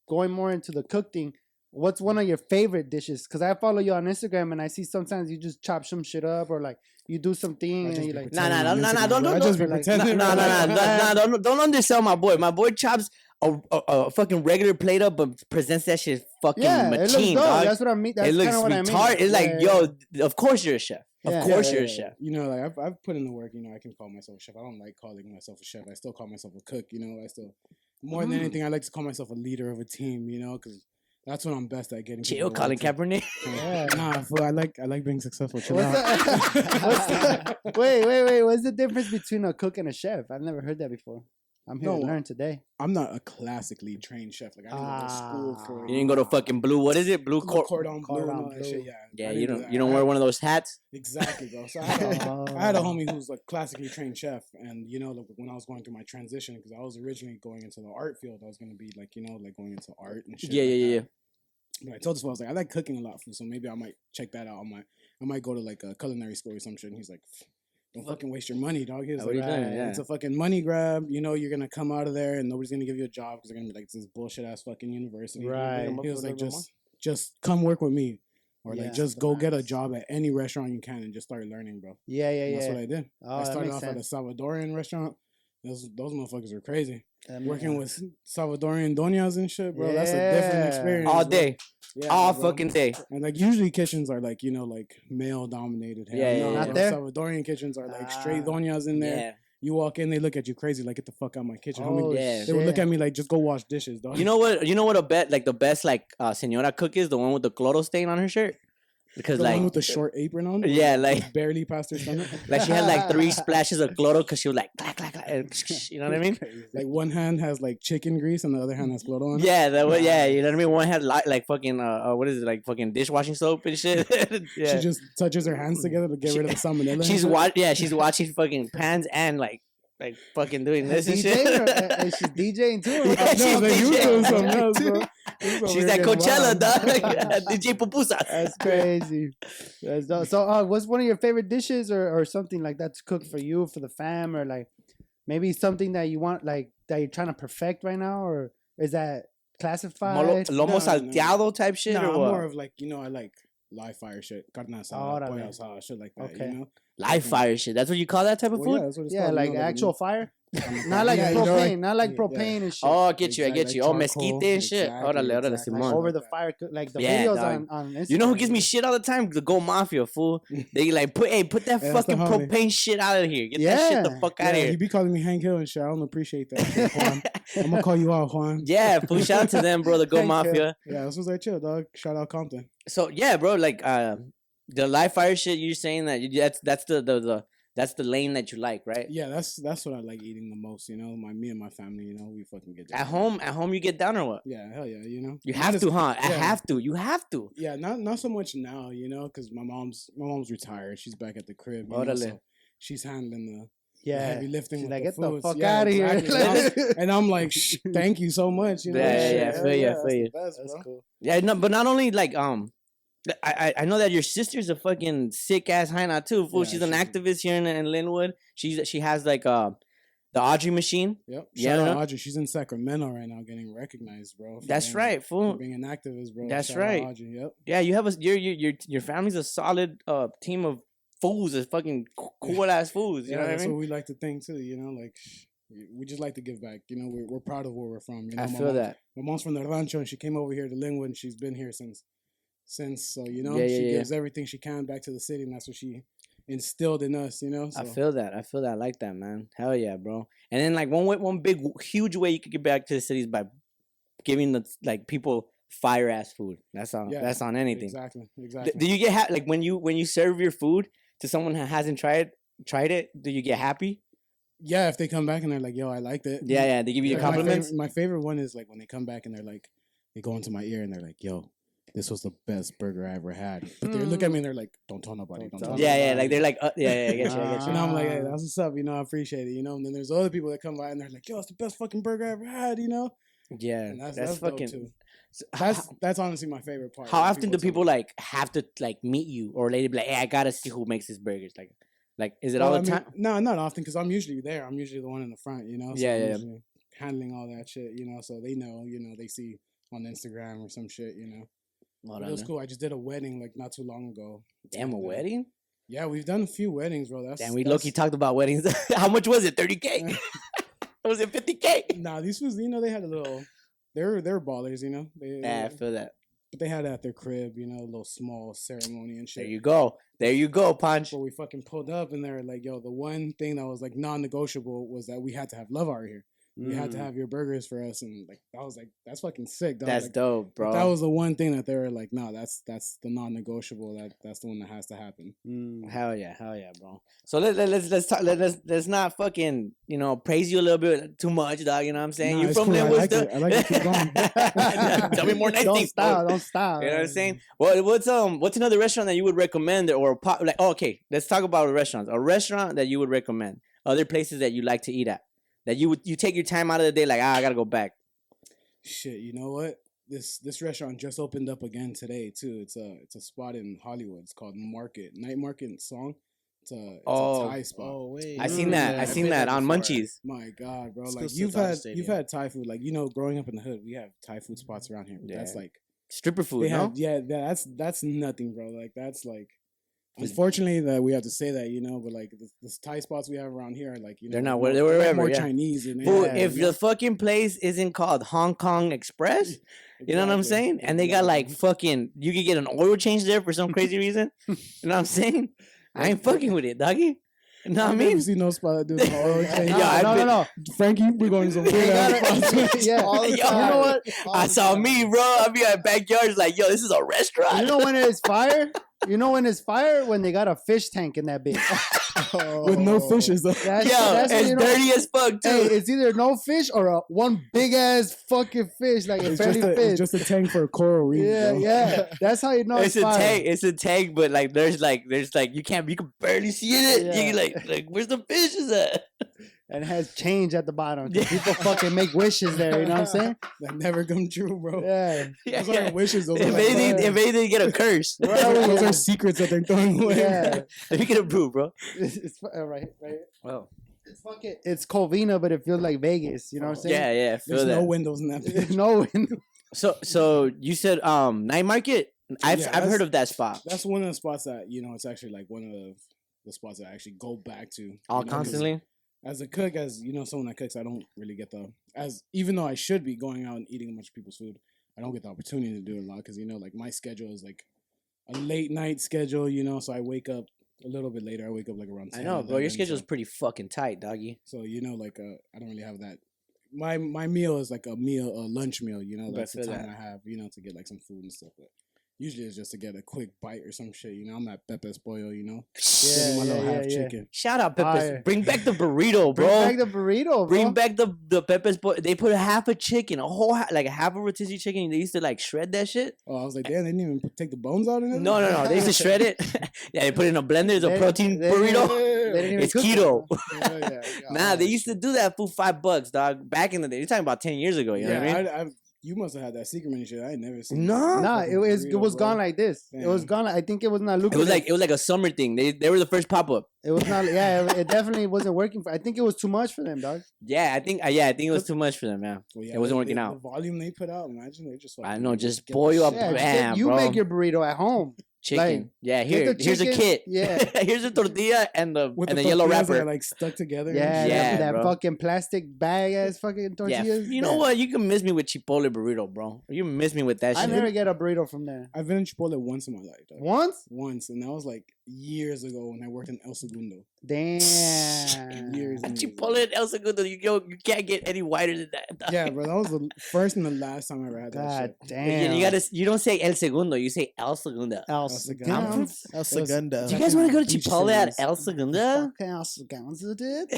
Speaker 2: going more into the cook thing. What's one of your favorite dishes? Because I follow you on Instagram and I see sometimes you just chop some shit up or like you do something
Speaker 3: I
Speaker 2: and
Speaker 3: just
Speaker 2: you
Speaker 3: be
Speaker 2: like.
Speaker 1: Nah, nah,
Speaker 3: pretending
Speaker 1: nah,
Speaker 3: on
Speaker 1: nah,
Speaker 3: Instagram,
Speaker 1: don't-
Speaker 3: bro. I
Speaker 1: don't-
Speaker 3: just be
Speaker 2: don't- like-
Speaker 1: No, no,
Speaker 3: pretending,
Speaker 1: no,
Speaker 3: bro.
Speaker 1: no, no, don't, don't undersell my boy. My boy chops a, a, a fucking regular plate up, but presents that shit fucking
Speaker 2: Yeah, it looks
Speaker 1: machine,
Speaker 2: dope.
Speaker 1: dog.
Speaker 2: That's what I mean. That's
Speaker 1: it
Speaker 2: kind
Speaker 1: looks
Speaker 2: of what I mean.
Speaker 1: retarded. It's like,
Speaker 2: Yeah, yeah,
Speaker 1: yo, th- of course you're a chef.
Speaker 2: Yeah.
Speaker 1: Of course
Speaker 3: Yeah,
Speaker 1: you're a
Speaker 3: yeah,
Speaker 1: chef.
Speaker 3: You know, like I've, I've put in the work. You know, I can call myself a chef. I don't like calling myself a chef. I still call myself a cook. You know, I still more than
Speaker 2: Mm.
Speaker 3: anything, I like to call myself a leader of a team. You know, because that's what I'm best at getting.
Speaker 1: Chill,
Speaker 3: people to
Speaker 1: Colin
Speaker 3: work together.
Speaker 1: Kaepernick.
Speaker 2: Yeah.
Speaker 3: Nah, fool, I like I like being successful. Chill
Speaker 2: What's
Speaker 3: out.
Speaker 2: the, [LAUGHS] what's the, wait, wait, wait. What's the difference between a cook and a chef? I've never heard that before. I'm here
Speaker 3: No.
Speaker 2: to learn today.
Speaker 3: I'm not a classically trained chef. Like I didn't go to school for.
Speaker 2: Ah.
Speaker 1: You didn't go to fucking blue. What is it? Blue
Speaker 3: Cor-
Speaker 1: cor-
Speaker 3: cordon bleu. and
Speaker 2: cordon
Speaker 3: all that
Speaker 2: bleu.
Speaker 3: shit, Yeah, I
Speaker 1: Yeah,
Speaker 3: didn't
Speaker 1: you
Speaker 3: do
Speaker 1: don't
Speaker 3: that.
Speaker 1: you don't
Speaker 3: I-
Speaker 1: wear one of those hats.
Speaker 3: [LAUGHS] Exactly, bro. So [LAUGHS] I had, a, I had a
Speaker 2: Oh.
Speaker 3: homie who's like classically trained chef, and you know, like, when I was going through my transition, because I was originally going into the art field, I was gonna be like, you know, like going into art and shit.
Speaker 1: Yeah,
Speaker 3: like
Speaker 1: yeah, yeah, yeah.
Speaker 3: that. But I told this one, I was like, I like cooking a lot, food, so maybe I might check that out. I might, I might go to like a culinary school or some shit. And he's like, don't fucking waste your money, dog. He was
Speaker 1: What
Speaker 3: like,
Speaker 1: are you doing?
Speaker 3: "Right,
Speaker 1: Yeah.
Speaker 3: It's a fucking money grab. You know, you're gonna come out of there, and nobody's gonna give you a job because they're gonna be like, it's this bullshit ass fucking university.
Speaker 2: Right.
Speaker 3: He was like,
Speaker 1: Motherfucker,
Speaker 3: just, just come work with me, or
Speaker 2: Yeah,
Speaker 3: like just go get a
Speaker 2: nice.
Speaker 3: job at any restaurant you can and just start learning, bro.
Speaker 2: Yeah, yeah,
Speaker 3: And
Speaker 2: yeah.
Speaker 3: That's what I did.
Speaker 2: oh,
Speaker 3: I
Speaker 2: that
Speaker 3: started
Speaker 2: makes
Speaker 3: off
Speaker 2: sense.
Speaker 3: at a Salvadorian restaurant. Those those motherfuckers are crazy.
Speaker 2: That ma-
Speaker 3: Working with Salvadorian doñas and shit, bro. That's a different
Speaker 2: Yeah.
Speaker 3: experience.
Speaker 1: All
Speaker 3: bro.
Speaker 1: day,
Speaker 3: Yeah,
Speaker 1: all
Speaker 3: bro.
Speaker 1: fucking day.
Speaker 3: And like usually kitchens are like you know like male dominated.
Speaker 1: Yeah, yeah,
Speaker 2: yeah. Not there?
Speaker 3: Salvadorian kitchens are like straight
Speaker 2: Ah.
Speaker 3: doñas in there.
Speaker 1: Yeah.
Speaker 3: You walk in, they look at you crazy, like get the fuck out of my kitchen.
Speaker 2: Oh,
Speaker 3: homie.
Speaker 1: Yeah.
Speaker 3: They would look
Speaker 2: shit.
Speaker 3: at me like just go wash dishes, dog.
Speaker 1: You know what? You know what? A bet like the best like uh, Senora cook is the one with the cloro stain on her shirt because
Speaker 3: [LAUGHS] the
Speaker 1: like
Speaker 3: one with the short apron on.
Speaker 1: [LAUGHS] yeah, like
Speaker 3: barely past her stomach.
Speaker 1: like she had
Speaker 3: [LAUGHS]
Speaker 1: like
Speaker 2: [LAUGHS]
Speaker 1: three splashes of cloro because she was like clack clack, clack and [LAUGHS] you know what I
Speaker 3: [LAUGHS]
Speaker 1: mean?
Speaker 3: like one hand has like chicken grease and the other
Speaker 1: [LAUGHS]
Speaker 3: hand has blood on. it.
Speaker 1: Yeah, that was, yeah, you know what I mean. One had li- like fucking uh, uh, what is it like fucking dishwashing soap and shit. [LAUGHS] yeah,
Speaker 3: She just touches her hands together to get
Speaker 1: She-
Speaker 3: rid of
Speaker 1: [LAUGHS]
Speaker 3: the salmonella. and
Speaker 1: she's
Speaker 3: shit.
Speaker 1: watch yeah she's watching fucking pans and like like fucking doing this and shit. [LAUGHS]
Speaker 2: DJing or, uh, uh, she's DJing too. or
Speaker 1: Yeah,
Speaker 2: what?
Speaker 1: she's
Speaker 3: No, but you
Speaker 1: DJ.
Speaker 3: doing something else,
Speaker 1: [LAUGHS]
Speaker 3: bro.
Speaker 1: She's at Coachella, dog. [LAUGHS]
Speaker 3: [LAUGHS]
Speaker 1: DJ Pupusa.
Speaker 2: That's crazy. That's dope. So, uh, what's one of your favorite dishes or, or something like that to cook for you, for the fam, or like maybe something that you want like that you're trying to perfect right now, or is that classified?
Speaker 1: Molo, lomo
Speaker 3: no.
Speaker 1: salteado type shit
Speaker 3: No,
Speaker 1: or
Speaker 3: I'm
Speaker 1: what?
Speaker 3: more of like you know I like live fire shit, carne asada,
Speaker 2: Órale.
Speaker 3: pollo asada, shit like that.
Speaker 2: Okay.
Speaker 3: You know?
Speaker 1: Live fire shit. That's what you call that type of
Speaker 3: Well,
Speaker 1: food?
Speaker 3: yeah, that's what it's
Speaker 2: yeah,
Speaker 3: called, you
Speaker 2: like
Speaker 3: know,
Speaker 2: actual [LAUGHS]
Speaker 3: [LAUGHS]
Speaker 2: fire,
Speaker 3: I'm-
Speaker 2: not like
Speaker 3: yeah, you
Speaker 2: propane,
Speaker 3: know, like-
Speaker 2: not like
Speaker 3: yeah,
Speaker 2: propane
Speaker 3: yeah.
Speaker 2: and shit.
Speaker 1: Oh, I get you, I
Speaker 3: Exactly,
Speaker 1: get you.
Speaker 3: like
Speaker 1: oh, mezquite
Speaker 3: charcoal.
Speaker 1: and shit.
Speaker 3: Exactly,
Speaker 1: Órale, órale,
Speaker 3: exactly.
Speaker 1: Simón.
Speaker 2: over the fire, co- like the
Speaker 1: Yeah,
Speaker 2: videos
Speaker 1: dog.
Speaker 2: on on Instagram.
Speaker 1: You know who gives me shit all the time? The Go Mafia
Speaker 3: [LAUGHS]
Speaker 1: fool. They like put hey, put that
Speaker 3: Yeah, that's the
Speaker 1: fucking
Speaker 3: homie.
Speaker 1: propane shit out of here. Get that shit the
Speaker 2: Yeah,
Speaker 1: fuck
Speaker 3: Yeah,
Speaker 1: out of
Speaker 3: he
Speaker 1: here.
Speaker 3: be calling me Hank Hill and shit. I don't appreciate that. shit,
Speaker 1: [LAUGHS]
Speaker 3: Juan. I'm gonna call you out, Juan.
Speaker 1: Yeah, fool. Shout out to them, bro.
Speaker 3: [LAUGHS]
Speaker 1: The Go
Speaker 2: Thank you.
Speaker 1: Mafia.
Speaker 3: Yeah, this was like chill, dog. Shout out Compton.
Speaker 1: So yeah, bro. Like uh, the live fire shit. You're saying that you- that's that's the the, the that's the lane that you like, right?
Speaker 3: Yeah, that's that's what I like eating the most. You know, my me and my family. You know, we fucking get
Speaker 1: At
Speaker 3: down.
Speaker 1: home, at home, you get down or what?
Speaker 3: Yeah, hell yeah. You know,
Speaker 1: You
Speaker 3: Not
Speaker 1: have
Speaker 3: as-
Speaker 1: to, huh? I
Speaker 3: yeah.
Speaker 1: have to. You have to.
Speaker 3: Yeah, not not so much now. You know, because my mom's my mom's retired. She's back at the crib. You know,
Speaker 1: Órale.
Speaker 3: so she's handling the the
Speaker 2: Yeah,
Speaker 3: heavy lifting.
Speaker 2: She's
Speaker 3: with
Speaker 2: like,
Speaker 3: the
Speaker 2: get the
Speaker 3: foods.
Speaker 2: fuck
Speaker 3: Yeah,
Speaker 2: out of here.
Speaker 3: exactly.
Speaker 1: [LAUGHS]
Speaker 3: And
Speaker 2: [LAUGHS]
Speaker 3: I'm- And I'm like, "Shh, thank you so much. You know,
Speaker 1: Yeah,
Speaker 3: shit,
Speaker 1: yeah, yeah,
Speaker 3: hell
Speaker 1: feel you,
Speaker 3: yeah, that's
Speaker 1: feel
Speaker 3: the
Speaker 1: you.
Speaker 3: best, bro.
Speaker 1: Yeah, no, but not only like um, th- I I I know that your sister's a fucking sick ass hyena too. Fool,
Speaker 3: Yeah,
Speaker 1: she's an
Speaker 3: she's-
Speaker 1: activist here in, in Linwood. She's she has like uh, the Audrey machine.
Speaker 3: Yep.
Speaker 1: Yeah, no,
Speaker 3: Shout out Audrey. She's in Sacramento right now, getting recognized, bro. for
Speaker 1: That's
Speaker 3: being-
Speaker 1: right,
Speaker 3: for
Speaker 1: fool.
Speaker 3: Being an activist, bro.
Speaker 1: That's
Speaker 3: Shout out
Speaker 1: right.
Speaker 3: Audrey, Yep.
Speaker 1: Yeah, you have a your your your your family's a solid uh team of fools, a fucking c- cool ass fools. You
Speaker 3: [LAUGHS] yeah,
Speaker 1: know what
Speaker 3: that's
Speaker 1: I mean?
Speaker 3: what we like to think too. You know, like we just like to give back. You know, we're, we're proud of where we're from. You know,
Speaker 1: I
Speaker 3: my
Speaker 1: feel
Speaker 3: mom-
Speaker 1: that.
Speaker 3: My mom's from the rancho, and she came over here to Linwood, and she's been here since since. So you know,
Speaker 1: Yeah, yeah,
Speaker 3: she
Speaker 1: yeah.
Speaker 3: gives everything she can back to the city, and that's what she instilled in us. You know, so
Speaker 1: I feel that. I feel that. I like that, man. Hell yeah, bro. And then like one way, one big w- huge way you could get back to the city is by giving the like people fire ass food. That's on.
Speaker 3: Yeah,
Speaker 1: that's on anything.
Speaker 3: exactly,
Speaker 1: D-
Speaker 3: exactly.
Speaker 1: do you get ha- like when you when you serve your food to someone who hasn't tried tried it? Do you get happy?
Speaker 3: yeah, if they come back and they're like, "Yo, I liked [LAUGHS] it."
Speaker 1: Yeah, yeah. They give you
Speaker 3: Like,
Speaker 1: the
Speaker 3: my
Speaker 1: compliments.
Speaker 3: favorite- My favorite one is like when they come back and they're like, they go into my ear and they're like, "Yo, this was the best burger I ever had." But they look at me and they're like, "Don't tell nobody." Mm. Don't,
Speaker 2: Don't
Speaker 3: tell
Speaker 2: tell
Speaker 1: Yeah, yeah.
Speaker 3: nobody."
Speaker 1: Like they're like, uh, yeah, yeah. I get you. I get you.
Speaker 3: And I'm like, hey,
Speaker 2: Ah.
Speaker 3: that's what's up, you know, I appreciate it, you know. And then there's other people that come by and they're like, yo, it's the best fucking burger I ever had, you know.
Speaker 1: Yeah,
Speaker 3: And that's,
Speaker 1: that's,
Speaker 3: that's,
Speaker 1: fucking.
Speaker 3: dope too.
Speaker 1: so h-
Speaker 3: That's that's honestly my favorite part.
Speaker 1: How
Speaker 3: when
Speaker 1: often do
Speaker 3: tell me-
Speaker 1: people like have to like meet you or they be like, hey, I gotta see who makes these burgers? Like, like is it all
Speaker 3: Well,
Speaker 1: the
Speaker 3: I
Speaker 1: time?
Speaker 3: mean, No, not often because I'm usually there. I'm usually the one in the front, you know.
Speaker 1: Yeah,
Speaker 3: I'm
Speaker 1: yeah.
Speaker 3: usually Handling all that shit, you know. So they know, you know, they see on Instagram or some shit, you know.
Speaker 1: Hold
Speaker 3: But
Speaker 1: on,
Speaker 3: it was
Speaker 1: man.
Speaker 3: cool. I just did a wedding like not too long ago.
Speaker 1: Damn, a
Speaker 3: And, uh,
Speaker 1: wedding?
Speaker 3: Yeah, we've done a few weddings, bro. That's
Speaker 1: Damn, we
Speaker 3: that's,
Speaker 1: low-key talked about weddings. [LAUGHS] How much was it?
Speaker 3: [LAUGHS]
Speaker 1: 30K? [LAUGHS] was it 50K?
Speaker 3: Nah, these was you know they had a little. They're they're ballers, you know. They,
Speaker 1: Nah, I feel that.
Speaker 3: But they had it at their crib, you know, a little small ceremony and
Speaker 1: There
Speaker 3: shit.
Speaker 1: you go. There you go, Punch.
Speaker 3: Where we fucking pulled up and they were like, yo, the one thing that was like non negotiable was that we had to have love out here. You had to
Speaker 1: Mm,
Speaker 3: have your burgers for us. And like, I was like, that's fucking sick. Dog.
Speaker 1: That's
Speaker 3: like,
Speaker 1: dope, bro.
Speaker 3: That was the one thing that they were like, no, that's that's the non negotiable. That That's the one that has to happen.
Speaker 1: Hell yeah, hell yeah, bro. So let, let, let's let's talk, let, let's let's not fucking you know praise you a little bit too much, dog. You know what I'm saying?
Speaker 3: Nah,
Speaker 1: you
Speaker 3: it's
Speaker 1: from
Speaker 3: cool. I
Speaker 1: Linwood
Speaker 3: like
Speaker 1: still-
Speaker 3: it. I like it. Keep going.
Speaker 1: Yeah, [LAUGHS] Tell me
Speaker 3: [LAUGHS]
Speaker 1: more nice
Speaker 2: [LAUGHS] Don't
Speaker 1: things, bro.
Speaker 2: stop. Don't stop.
Speaker 1: You know what I'm saying? Well, what's um, what's another restaurant that you would recommend, or a pop, like? oh, okay, let's talk about restaurants. A restaurant that you would recommend. Other places that you like to eat at. That you would you take your time out of the day, like ah, I gotta go back.
Speaker 3: Shit, you know what? This this restaurant just opened up again today too. It's a it's a spot in Hollywood. It's called Market Night Market in Song. It's a, it's
Speaker 1: Oh.
Speaker 3: a Thai spot.
Speaker 4: Oh wait.
Speaker 1: I
Speaker 2: Mm,
Speaker 1: seen that.
Speaker 2: yeah,
Speaker 1: I
Speaker 2: I've
Speaker 1: seen
Speaker 4: been
Speaker 1: that
Speaker 4: there
Speaker 1: on
Speaker 4: before.
Speaker 1: Munchies.
Speaker 3: My God, bro!
Speaker 4: It's
Speaker 3: like
Speaker 4: close to
Speaker 3: you've
Speaker 4: Dodger
Speaker 3: had you've
Speaker 4: Stadium.
Speaker 3: had Thai food. Like you know, growing up in the hood, we have Thai food spots around here. but That's
Speaker 1: Yeah.
Speaker 3: like
Speaker 1: Stripper
Speaker 3: they
Speaker 1: food, no?
Speaker 3: have yeah. That's that's nothing, bro. Like that's like.
Speaker 1: Is-
Speaker 3: Unfortunately, that we have to say that you know, but like the, the Thai spots we have around here, are like you know,
Speaker 1: They're not
Speaker 3: more,
Speaker 1: where- they're
Speaker 3: like
Speaker 1: wherever,
Speaker 3: more
Speaker 1: yeah.
Speaker 3: Chinese. And
Speaker 1: Fool,
Speaker 2: Yeah,
Speaker 1: if the fucking place isn't called Hong Kong Express, you know what I'm saying? And they got like fucking, you could get an oil change there for
Speaker 2: [LAUGHS]
Speaker 1: some crazy reason. You know what I'm saying? I ain't fucking with it, doggy. You know what I mean?
Speaker 3: see no spot
Speaker 1: [LAUGHS]
Speaker 3: that does oil change.
Speaker 1: Yeah, I've
Speaker 2: no, no,
Speaker 1: been-
Speaker 2: no.
Speaker 3: Frankie, we're going some
Speaker 1: They
Speaker 3: weird
Speaker 1: gotta-
Speaker 3: ass
Speaker 1: [LAUGHS]
Speaker 3: spots.
Speaker 2: yeah.
Speaker 4: All the
Speaker 1: Yo,
Speaker 4: time.
Speaker 2: You know what?
Speaker 1: I saw me, bro. I be at backyards like, yo, this is a restaurant.
Speaker 2: You know when it's fire? You know when it's fire? When they got a fish tank in that bitch.
Speaker 4: [LAUGHS]
Speaker 3: with no
Speaker 1: Oh.
Speaker 4: Oh.
Speaker 3: fishes. Though.
Speaker 1: yo,
Speaker 2: That's, that's when
Speaker 1: it's
Speaker 2: you know-
Speaker 1: dirty as fuck too.
Speaker 2: Hey, it's either no fish or a one big ass fucking fish, like a
Speaker 3: [LAUGHS] It's
Speaker 2: belly
Speaker 3: just a,
Speaker 2: fish.
Speaker 3: it's just a tank for a coral reef.
Speaker 2: yeah,
Speaker 3: bro.
Speaker 2: yeah. That's how you know
Speaker 1: it's
Speaker 2: it's,
Speaker 1: a
Speaker 2: fire.
Speaker 1: tag. It's a tag, but like, there's like, there's like, you can't, you can barely see it.
Speaker 2: Yeah.
Speaker 1: You like, like, where's the fishes at?
Speaker 2: [LAUGHS] And it has change at the bottom. 'cause
Speaker 1: Yeah.
Speaker 2: People fucking make wishes there. You know what
Speaker 1: [LAUGHS]
Speaker 2: I'm saying?
Speaker 3: [LAUGHS] That never come true, bro.
Speaker 2: Yeah.
Speaker 1: Yeah,
Speaker 3: Those aren't wishes. Those
Speaker 1: If
Speaker 3: are, like,
Speaker 1: anything, if anything, get a curse.
Speaker 3: those are- those are secrets that they're throwing
Speaker 1: [LAUGHS]
Speaker 3: away.
Speaker 2: Yeah.
Speaker 1: Let me get a brew, bro.
Speaker 2: It's, it's fi- uh, right, right.
Speaker 1: Well,
Speaker 2: It's fucking it's Covina, but it feels like Vegas. You know what I'm
Speaker 1: Yeah,
Speaker 2: saying?
Speaker 1: yeah. I Feel
Speaker 3: [LAUGHS] There's no
Speaker 1: that.
Speaker 3: windows in that bitch.
Speaker 2: There's [LAUGHS] no wind.
Speaker 1: so, so you said um night market. [LAUGHS] I've
Speaker 3: Yeah,
Speaker 1: I've
Speaker 3: that's-
Speaker 1: heard of that spot.
Speaker 3: That's one of the spots that you know it's actually like one of the, the spots that I actually go back to. you
Speaker 1: All
Speaker 3: know, 'cause
Speaker 1: constantly.
Speaker 3: As a cook, as you know, someone that cooks, I don't really get the as even though I should be going out and eating a bunch of people's food, I don't get the opportunity to do it a lot because you know, like my schedule is like a late night schedule. You know, so I wake up a little bit later. I wake up like around. 10,
Speaker 1: I know, bro. Your
Speaker 3: 11, so-
Speaker 1: schedule's pretty fucking tight, doggy.
Speaker 3: So you know, like uh, I don't really have that. My my meal is like a meal, a lunch meal. You know,
Speaker 1: But
Speaker 3: that's the
Speaker 1: for
Speaker 3: time
Speaker 1: that-
Speaker 3: I have. You know, to get like some food and stuff. But usually it's just to get a quick bite or some shit. You know, I'm at Pepe's Pollo. You know, getting
Speaker 2: Yeah,
Speaker 3: my little
Speaker 2: yeah,
Speaker 3: half
Speaker 2: yeah.
Speaker 3: chicken.
Speaker 1: Shout out Pepe's.
Speaker 2: Fire.
Speaker 1: Bring back
Speaker 2: [LAUGHS]
Speaker 1: the burrito, bro.
Speaker 2: Bring back the burrito, bro.
Speaker 1: Bring back the the Pepe's. Boy. They put a half a chicken, a whole ha- like a half a rotisserie chicken. They used to like shred that shit.
Speaker 3: Oh, I was like, damn, they didn't even put- take the bones out in it.
Speaker 1: No, no, no. They used to shred
Speaker 2: [LAUGHS]
Speaker 1: it. [LAUGHS] yeah, they put it in a blender. It's a
Speaker 2: They-
Speaker 1: protein
Speaker 2: they didn't [LAUGHS]
Speaker 1: burrito.
Speaker 2: even- they didn't even
Speaker 1: It's
Speaker 2: cook it,
Speaker 1: keto.
Speaker 2: bro.
Speaker 1: [LAUGHS]
Speaker 2: Yeah, yeah, yeah.
Speaker 1: Nah, they used to do that for five bucks, dog. Back in the day, you're talking about ten years ago. You
Speaker 3: Yeah,
Speaker 1: know what I mean?
Speaker 3: I, I- you must have had that secret menu shit. I ain't never seen.
Speaker 1: No.
Speaker 3: that
Speaker 2: Nah,
Speaker 3: fucking
Speaker 2: it was it
Speaker 3: burrito,
Speaker 2: was
Speaker 3: bro.
Speaker 2: gone like this. It was
Speaker 3: Damn.
Speaker 2: gone. Like, I think it was not
Speaker 1: it
Speaker 2: lucrative.
Speaker 1: was like it was like a summer thing. They they were the first pop up.
Speaker 2: it was not. Yeah, it, it definitely wasn't working for. I think it was too much for
Speaker 1: [LAUGHS]
Speaker 2: them, dog.
Speaker 1: Yeah, I think uh, yeah, I think it was too much for them, man.
Speaker 3: Well, yeah,
Speaker 1: It wasn't
Speaker 3: they-
Speaker 1: working
Speaker 3: they-
Speaker 1: out.
Speaker 3: The volume they put out, imagine they just.
Speaker 1: I
Speaker 3: fucking
Speaker 1: know, just
Speaker 3: get the
Speaker 1: boil up
Speaker 3: shit
Speaker 2: Yeah,
Speaker 3: out.
Speaker 1: Bam,
Speaker 2: you
Speaker 1: bro.
Speaker 2: make your burrito at home.
Speaker 1: Chicken. yeah,
Speaker 2: get
Speaker 1: here
Speaker 2: the
Speaker 1: here's a
Speaker 2: chicken-
Speaker 1: kit.
Speaker 2: yeah.
Speaker 1: [LAUGHS] here's a tortilla and the
Speaker 3: With
Speaker 1: and
Speaker 3: the
Speaker 1: the yellow
Speaker 3: tortillas that are,
Speaker 1: wrapper.
Speaker 3: like stuck together. and
Speaker 2: Yeah,
Speaker 3: shit.
Speaker 1: Yeah,
Speaker 2: that, that
Speaker 1: bro.
Speaker 2: fucking plastic bag ass fucking
Speaker 1: Yeah,
Speaker 2: tortillas.
Speaker 1: you know
Speaker 2: Yeah.
Speaker 1: what? You can miss me with Chipotle burrito, bro. You miss me with that
Speaker 2: I
Speaker 1: shit. [LAUGHS]
Speaker 2: never get a burrito from there.
Speaker 3: I've been in Chipotle once in my life. Dog.
Speaker 2: Once?
Speaker 3: Once, and that was like years ago when I worked in El Segundo.
Speaker 2: Damn.
Speaker 3: Years and years ago.
Speaker 1: Chipotle and El Segundo, you go, you can't get any wider than that. [LAUGHS] dog.
Speaker 3: [LAUGHS] Yeah, bro, that was the first and the last time I ever had that
Speaker 2: God
Speaker 3: shit.
Speaker 1: You,
Speaker 2: damn.
Speaker 1: you [LAUGHS] gotta, you don't say El Segundo, you say El Segundo.
Speaker 2: El
Speaker 3: That's the guy.
Speaker 2: Segundo.
Speaker 1: [LAUGHS]
Speaker 3: I'm
Speaker 4: El
Speaker 3: That was-
Speaker 4: Segundo.
Speaker 1: Do you guys want to go to
Speaker 3: Beach
Speaker 1: Chipotle at
Speaker 3: service.
Speaker 1: El
Speaker 2: [LAUGHS]
Speaker 1: Segundo? [LAUGHS]
Speaker 2: Fucking El Segundo, dude.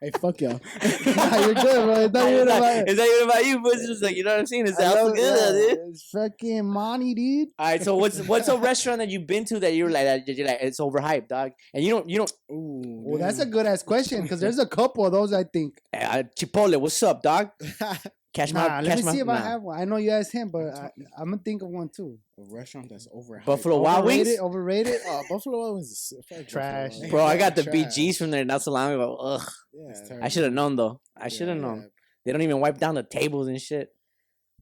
Speaker 3: Hey, fuck y'all.
Speaker 2: Nah, You're
Speaker 1: [LAUGHS]
Speaker 2: good, bro. It's not
Speaker 1: It's
Speaker 2: even about
Speaker 1: not- it's not even about you, but it's just like you know what I'm saying. It's
Speaker 2: I
Speaker 1: El
Speaker 2: love-
Speaker 1: Segundo,
Speaker 2: yeah,
Speaker 1: dude.
Speaker 2: It's fucking money, dude.
Speaker 1: All right, so what's what's a restaurant that you've been to that you're like that you're like it's overhyped, dog? And you don't you don't
Speaker 3: Ooh,
Speaker 2: Well, that's a
Speaker 3: damn.
Speaker 2: good ass question because there's a couple of those I think.
Speaker 1: uh, Chipotle, what's up,
Speaker 2: [LAUGHS]
Speaker 1: dog? Cash my
Speaker 2: Nah,
Speaker 1: cash
Speaker 2: let me
Speaker 1: my-
Speaker 2: see if I
Speaker 1: nah.
Speaker 2: have one. I know you asked him, but
Speaker 3: uh,
Speaker 2: I, I'm gonna think of one too.
Speaker 3: a restaurant that's overhyped.
Speaker 1: Buffalo Wild Wings.
Speaker 2: Overrated,
Speaker 1: [LAUGHS]
Speaker 2: overrated.
Speaker 4: Oh, Buffalo Wild Wings is fuck Buffalo
Speaker 2: Trash.
Speaker 4: Wild Wings.
Speaker 1: Bro, I got the
Speaker 4: Trash.
Speaker 1: BGs from there not so long ago. Ugh,
Speaker 4: Yeah.
Speaker 3: It's terrible.
Speaker 1: I should have known though. I should have
Speaker 4: Yeah,
Speaker 1: known.
Speaker 4: yeah.
Speaker 1: They don't even wipe down the tables and shit.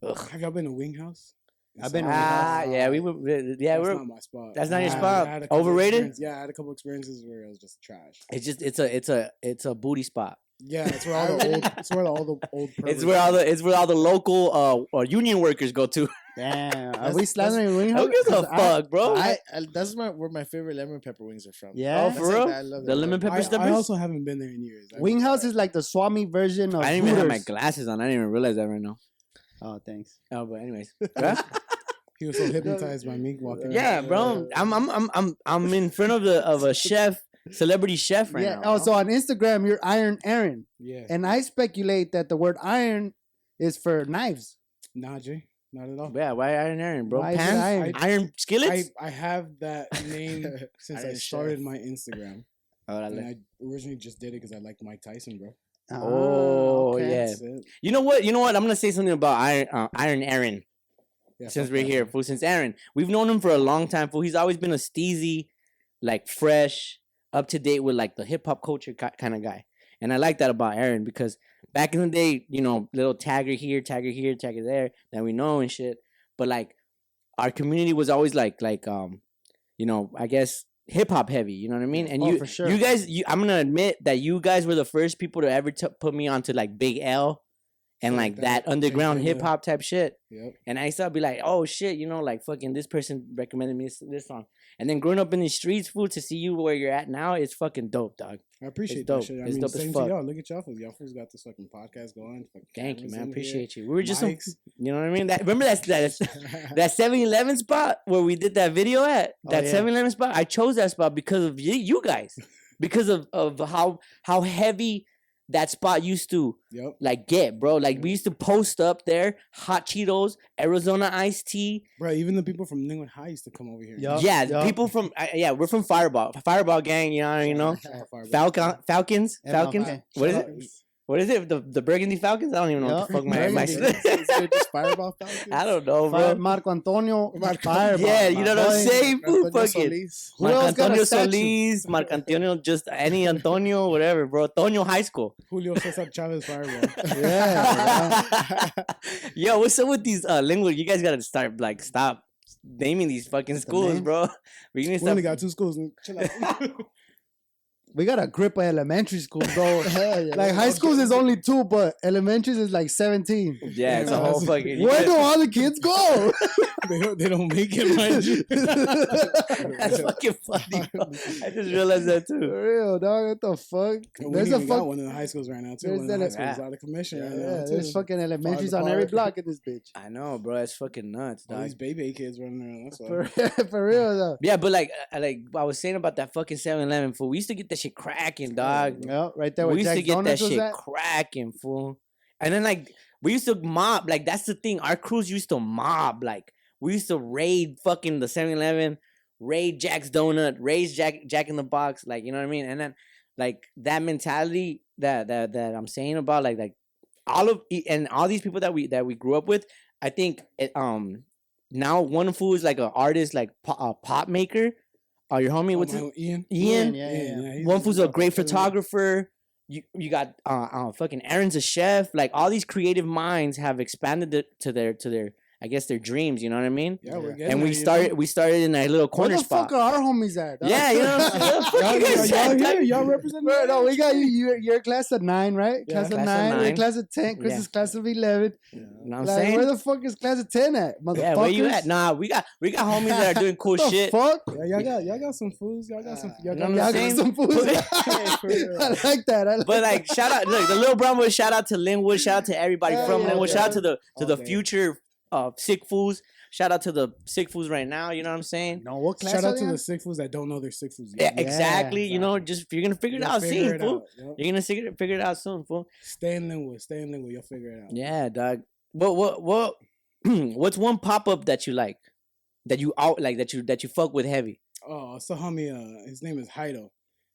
Speaker 1: Ugh.
Speaker 3: Have y'all been to Wing House?
Speaker 2: I've been to Wing
Speaker 1: Ah,
Speaker 2: House.
Speaker 1: yeah, we were. we- Yeah,
Speaker 3: that's
Speaker 1: we're.
Speaker 3: not my spot.
Speaker 1: that's not
Speaker 2: your
Speaker 3: I had-
Speaker 1: spot.
Speaker 3: I had a couple
Speaker 1: Overrated?
Speaker 3: experience- Yeah, I had a couple experiences where it was just trash.
Speaker 1: It's just it's a it's a it's a booty spot.
Speaker 3: Yeah, it's where all the old. It's where all the old.
Speaker 1: [LAUGHS] It's where all
Speaker 3: perverts
Speaker 1: the it's where all the local uh, uh union workers go to. [LAUGHS]
Speaker 2: Damn, are
Speaker 4: That's-
Speaker 2: we
Speaker 4: that's-
Speaker 2: slandering Wing
Speaker 1: Who gives a
Speaker 2: House? 'Cause I-
Speaker 1: fuck, bro?
Speaker 4: I, I, that's my where my favorite lemon pepper wings are from.
Speaker 2: Yeah? Oh,
Speaker 4: That's
Speaker 1: for
Speaker 4: like
Speaker 1: real?
Speaker 4: the- I love
Speaker 1: The
Speaker 4: them.
Speaker 1: lemon
Speaker 4: I-
Speaker 1: pepper
Speaker 3: I-
Speaker 1: steppers?
Speaker 3: I also haven't been there in years. I
Speaker 2: Wing
Speaker 3: was-
Speaker 2: House is like the Swami version of.
Speaker 1: I didn't even have my
Speaker 2: Hooters.
Speaker 1: glasses on. I didn't even realize that right now.
Speaker 2: Oh, thanks.
Speaker 1: Oh, but
Speaker 2: [LAUGHS]
Speaker 1: anyways,
Speaker 3: [LAUGHS] He was so hypnotized by
Speaker 1: [LAUGHS]
Speaker 3: me walking.
Speaker 1: yeah, bro, I'm I'm I'm I'm I'm in front of the
Speaker 2: [LAUGHS]
Speaker 1: of a chef, celebrity chef right
Speaker 2: yeah.
Speaker 1: now.
Speaker 2: oh,
Speaker 1: bro.
Speaker 2: so on Instagram, you're Iron Aaron,
Speaker 3: Yeah.
Speaker 2: and I speculate that the word iron is for knives.
Speaker 3: Nah, Jay, not at all.
Speaker 1: yeah, why Iron Iron, bro?
Speaker 2: Why is it
Speaker 1: Pans,
Speaker 2: iron?
Speaker 1: iron?
Speaker 3: I,
Speaker 1: skillets.
Speaker 3: I have
Speaker 1: [LAUGHS]
Speaker 3: that name since I
Speaker 4: Iron Chef.
Speaker 3: started my Instagram, and
Speaker 1: Órale.
Speaker 3: I originally just did it because I liked Mike Tyson, bro.
Speaker 2: Ah,
Speaker 1: Oh, yeah.
Speaker 3: That's it.
Speaker 1: You know what? You know what? I'm gonna say something about Iron uh, Iron Aaron
Speaker 3: Yeah,
Speaker 1: since
Speaker 3: fuck
Speaker 1: we're
Speaker 3: that,
Speaker 1: here,
Speaker 3: bro.
Speaker 1: fool. Since Aaron, we've known him for a long time, fool. He's always been a steezy, like fresh, up to date with like the hip hop culture kind of guy, and I like that about Aaron because back in the day, you know, little tagger here, tagger here, tagger there that we know and shit, but like our community was always like like um, you know, I guess hip hop heavy. You know what I mean? And
Speaker 2: Oh,
Speaker 1: you
Speaker 2: for sure.
Speaker 1: you guys, you, I'm gonna admit that you guys were the first people to ever t- put me onto like Big L and
Speaker 3: Yeah,
Speaker 1: like
Speaker 3: that-
Speaker 1: that,
Speaker 3: yeah,
Speaker 1: underground
Speaker 3: yeah,
Speaker 1: hip
Speaker 3: yeah.
Speaker 1: hop type shit.
Speaker 3: Yep.
Speaker 1: And I used to be like, oh shit, you know, like fucking this person recommended me this, this song. And then growing up in the streets, fool, to see you where you're at now is fucking dope, dog.
Speaker 3: I appreciate
Speaker 1: dope.
Speaker 3: that shit. I
Speaker 1: It's
Speaker 3: mean,
Speaker 1: dope as
Speaker 3: same
Speaker 1: fuck.
Speaker 3: to y'all. Look at y'all fools. Y'all fools got this fucking podcast going. fucking
Speaker 1: Thank you,
Speaker 3: cameras
Speaker 1: man.
Speaker 3: in here,
Speaker 1: Appreciate you. We were just, some,
Speaker 3: mics.
Speaker 1: [LAUGHS] you know what I mean? That remember that's that
Speaker 2: [LAUGHS]
Speaker 3: [LAUGHS]
Speaker 1: that 7-Eleven spot where we did that video at.
Speaker 2: Oh,
Speaker 1: That
Speaker 2: yeah.
Speaker 1: 7-Eleven spot. I chose that spot because of you, you
Speaker 2: [LAUGHS]
Speaker 1: guys, because of of how how heavy that spot used to
Speaker 3: yep,
Speaker 1: like get, bro. Like
Speaker 2: Mm.
Speaker 1: we used to post up there hot Cheetos, Arizona iced tea.
Speaker 3: bro. Even the people from Linwood High used to come over here. [LAUGHS]
Speaker 2: Yup.
Speaker 1: yeah,
Speaker 2: yup.
Speaker 1: people from I, yeah, we're from Fireball, Fireball gang. You know, you know,
Speaker 3: Shout out Fireball.
Speaker 1: Falcon, Falcons,
Speaker 2: MLK.
Speaker 1: Falcons. What is
Speaker 3: Shout
Speaker 1: it?
Speaker 3: out-
Speaker 1: What is it? The, the Burgundy Falcons? I don't even know what the
Speaker 2: Yup,
Speaker 1: fuck my, my
Speaker 2: Burgundy.
Speaker 4: They're just fireball falcons.
Speaker 1: [LAUGHS] I don't know,
Speaker 2: Fire-
Speaker 1: bro.
Speaker 2: Marco
Speaker 1: [LAUGHS]
Speaker 2: Antonio.
Speaker 4: Marco-
Speaker 2: Fireball,
Speaker 1: Yeah, you
Speaker 2: my
Speaker 1: know what I'm
Speaker 2: boy.
Speaker 1: saying? Food
Speaker 4: Antonio
Speaker 1: fucking.
Speaker 4: Solis.
Speaker 2: Who else
Speaker 1: Marc
Speaker 2: got a
Speaker 1: Antonio
Speaker 2: statue?
Speaker 1: Solis, Marc Antonio, just any Antonio, whatever, bro. Antonio High School.
Speaker 3: Julio Cesar
Speaker 1: [LAUGHS]
Speaker 3: Chavez fireball.
Speaker 2: [LAUGHS] Yeah. bro.
Speaker 1: Yo, what's up with these uh lingual? You guys gotta start like stop naming these fucking schools,
Speaker 2: name?
Speaker 1: bro. [LAUGHS] We need
Speaker 3: We
Speaker 1: to
Speaker 3: only
Speaker 1: stop.
Speaker 3: got two schools. and- Chill
Speaker 1: [LAUGHS]
Speaker 3: [LAUGHS] out.
Speaker 2: we got a grip of elementary school,
Speaker 1: [LAUGHS]
Speaker 2: bro. [LAUGHS]
Speaker 4: Hell yeah.
Speaker 2: like high
Speaker 4: Okay.
Speaker 2: schools is only two, but elementaries is like seventeen. [LAUGHS]
Speaker 1: Yeah, it's a whole fucking. you
Speaker 2: Where do
Speaker 1: gotta-
Speaker 2: all the kids
Speaker 1: [LAUGHS]
Speaker 2: go?
Speaker 3: [LAUGHS]
Speaker 2: [LAUGHS]
Speaker 3: they, don't, they don't make it, mind you.
Speaker 1: That's fucking funny. Bro. I just realized that too.
Speaker 2: For real, dog. What the fuck?
Speaker 3: And we
Speaker 2: There's a
Speaker 3: even got
Speaker 2: fuck.
Speaker 3: one in the high schools right now too.
Speaker 2: There's
Speaker 3: One of the
Speaker 2: that-
Speaker 3: high schools
Speaker 1: Yeah.
Speaker 3: out of commission
Speaker 2: Yeah,
Speaker 3: right now too.
Speaker 2: there's fucking elementaries
Speaker 4: the
Speaker 2: on every
Speaker 4: park.
Speaker 2: block in this
Speaker 3: [LAUGHS]
Speaker 2: bitch.
Speaker 1: I know, bro. It's fucking nuts,
Speaker 3: All
Speaker 1: dog.
Speaker 3: these baby kids running around. That's why.
Speaker 2: For, for real [LAUGHS] though.
Speaker 1: Yeah, but like, uh, like I was saying about that fucking 7-Eleven food, we used to get that shit cracking, dog.
Speaker 2: Yeah, right there.
Speaker 1: we
Speaker 2: Where
Speaker 1: used
Speaker 2: Jack
Speaker 1: to get that
Speaker 2: Donuts was
Speaker 1: shit
Speaker 2: at.
Speaker 1: cracking, fool. And then like we used to mob, like that's the thing. Our crews used to mob, like we used to raid fucking the 7-Eleven, raid Jack's Donut, raid Jack Jack in the Box, like you know what I mean. And then like that mentality that that that I'm saying about like like all of e- and all these people that we that we grew up with, I think it, um now one fool is like an artist, like po- a pop maker. Oh, your homie,
Speaker 3: Oh,
Speaker 1: what's
Speaker 3: my
Speaker 1: his
Speaker 3: own Ian?
Speaker 1: Ian?
Speaker 2: Yeah, yeah, yeah.
Speaker 3: he's-
Speaker 1: one fool's a great
Speaker 3: fucking-
Speaker 1: photographer. You you got uh, uh fucking Aaron's a chef. Like all these creative minds have expanded the, to their to their I guess their dreams. You know what I mean?
Speaker 3: Yeah, we're
Speaker 4: And
Speaker 3: getting
Speaker 1: and we
Speaker 3: there, you know?
Speaker 1: started we started in our little
Speaker 2: Where
Speaker 1: corner
Speaker 2: the
Speaker 1: spot.
Speaker 2: fuck are our homies at? dog?
Speaker 1: yeah, you
Speaker 2: [LAUGHS]
Speaker 1: know [LAUGHS] what I'm saying? What the fuck you
Speaker 3: Y'all- [LAUGHS]
Speaker 1: guys
Speaker 3: y'all
Speaker 1: at,
Speaker 3: here?
Speaker 1: dog?
Speaker 3: Y'all representing
Speaker 2: Bro,
Speaker 3: the
Speaker 2: no, we
Speaker 3: Irish?
Speaker 2: got you. You're, you're class of nine, right?
Speaker 3: Yeah.
Speaker 2: class, of
Speaker 1: Class of
Speaker 2: nine. You're
Speaker 1: nine.
Speaker 2: class of ten. Chris
Speaker 1: Yeah.
Speaker 2: is class of eleven.
Speaker 1: You know what I'm
Speaker 2: like,
Speaker 1: saying?
Speaker 2: where the fuck is class of ten at, motherfuckers?
Speaker 1: yeah, where you at? Nah, we got we got homies that are doing cool
Speaker 2: What the
Speaker 1: shit.
Speaker 2: fuck?
Speaker 3: Yeah, y'all got y'all got some fools. Y'all got some. Y'all
Speaker 1: know what
Speaker 3: got
Speaker 2: Y'all
Speaker 1: I'm
Speaker 2: got
Speaker 1: saying?
Speaker 2: some food.
Speaker 1: [LAUGHS]
Speaker 3: Yeah, [LAUGHS] for real.
Speaker 2: [LAUGHS] I like that. I like
Speaker 1: But like shout out look, the little Brumwood, shout out to Linwood, shout out to everybody
Speaker 2: Yeah,
Speaker 1: from
Speaker 2: yeah,
Speaker 1: Linwood, shout out to the to
Speaker 3: All
Speaker 1: the
Speaker 3: day.
Speaker 1: future uh sick fools. Shout out to the sick fools right now, you know what I'm saying?
Speaker 2: no, what class
Speaker 3: Shout
Speaker 2: are
Speaker 3: out
Speaker 2: they
Speaker 3: to
Speaker 2: in?
Speaker 3: the sick fools that don't know they're sick fools.
Speaker 1: Yeah,
Speaker 3: yet.
Speaker 1: exactly. You know, just if you're gonna figure it
Speaker 3: You'll
Speaker 1: out
Speaker 3: figure
Speaker 1: soon,
Speaker 3: it
Speaker 1: fool.
Speaker 3: out, yup.
Speaker 1: You're gonna figure it, figure it out soon, fool.
Speaker 3: Stay in Linwood. Stay in Linwood. You'll figure it out.
Speaker 1: Yeah, dog. What what what? [CLEARS THROAT] what's one pop up that you like? That you out like that you that you fuck with heavy?
Speaker 3: Oh, so homie, uh, his name is Heido.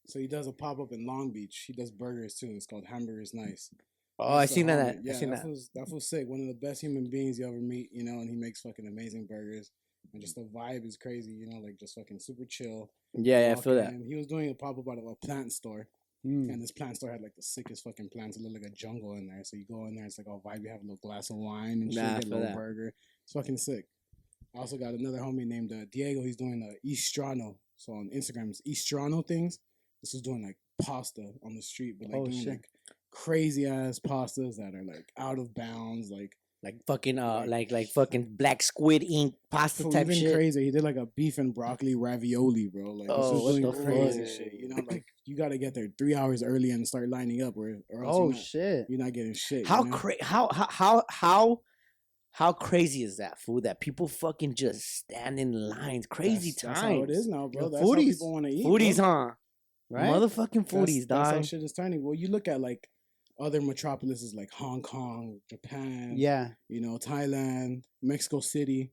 Speaker 3: So he does a pop up in Long Beach. He does burgers too. It's called Hamburgers Nice.
Speaker 1: Oh, I
Speaker 3: That's the
Speaker 1: seen that.
Speaker 3: homie.
Speaker 1: I
Speaker 3: Yeah,
Speaker 1: seen
Speaker 3: that
Speaker 1: that.
Speaker 3: was that was sick. One of the best human beings you ever meet, you know. And he makes fucking amazing burgers. And just the vibe is crazy, you know, like just fucking super chill.
Speaker 1: Yeah, yeah, I
Speaker 3: walk
Speaker 1: feel that.
Speaker 3: in. He was doing a pop up out of a plant store,
Speaker 2: Mm.
Speaker 3: and this plant store had like the sickest fucking plants. It looked like a jungle in there. So you go in there, it's like all vibe. You have a little glass of wine and shit,
Speaker 1: Nah, I
Speaker 3: get a
Speaker 1: feel
Speaker 3: little
Speaker 1: that.
Speaker 3: burger. It's fucking sick. I also got another homie named uh, Diego. He's doing uh, Estrano. So on Instagram, it's Estrano things. This is doing like pasta on the street, but like
Speaker 2: Oh,
Speaker 3: doing
Speaker 2: shit.
Speaker 3: like crazy ass pastas that are like out of bounds, like
Speaker 1: Like fucking uh,
Speaker 3: Like-
Speaker 1: like like fucking black squid ink pasta
Speaker 3: Fool,
Speaker 1: type
Speaker 3: even
Speaker 1: shit.
Speaker 3: crazy. He did like a beef and broccoli ravioli, bro. Like
Speaker 1: Oh,
Speaker 3: this
Speaker 1: what
Speaker 3: is
Speaker 1: the
Speaker 3: doing
Speaker 1: fuck?
Speaker 3: crazy shit. You know, like you gotta get there three hours early and start lining up, or, or else
Speaker 2: Oh
Speaker 3: you're, not,
Speaker 2: shit!
Speaker 3: you're not getting shit. you
Speaker 1: How
Speaker 3: know?
Speaker 1: cra- how how how how how crazy is that fool? That people fucking just stand in lines, crazy
Speaker 3: that's,
Speaker 1: times.
Speaker 3: That's how it is now, bro.
Speaker 2: Yo,
Speaker 3: that's how
Speaker 2: foodies.
Speaker 3: people want to eat. bro.
Speaker 1: Foodies, huh?
Speaker 2: Right?
Speaker 1: Motherfucking
Speaker 3: That's-
Speaker 1: foodies,
Speaker 3: That's how
Speaker 1: dog.
Speaker 3: shit is turning. Well, you look at like other metropolises like Hong Kong, Japan,
Speaker 2: Yeah,
Speaker 3: you know, Thailand, Mexico City.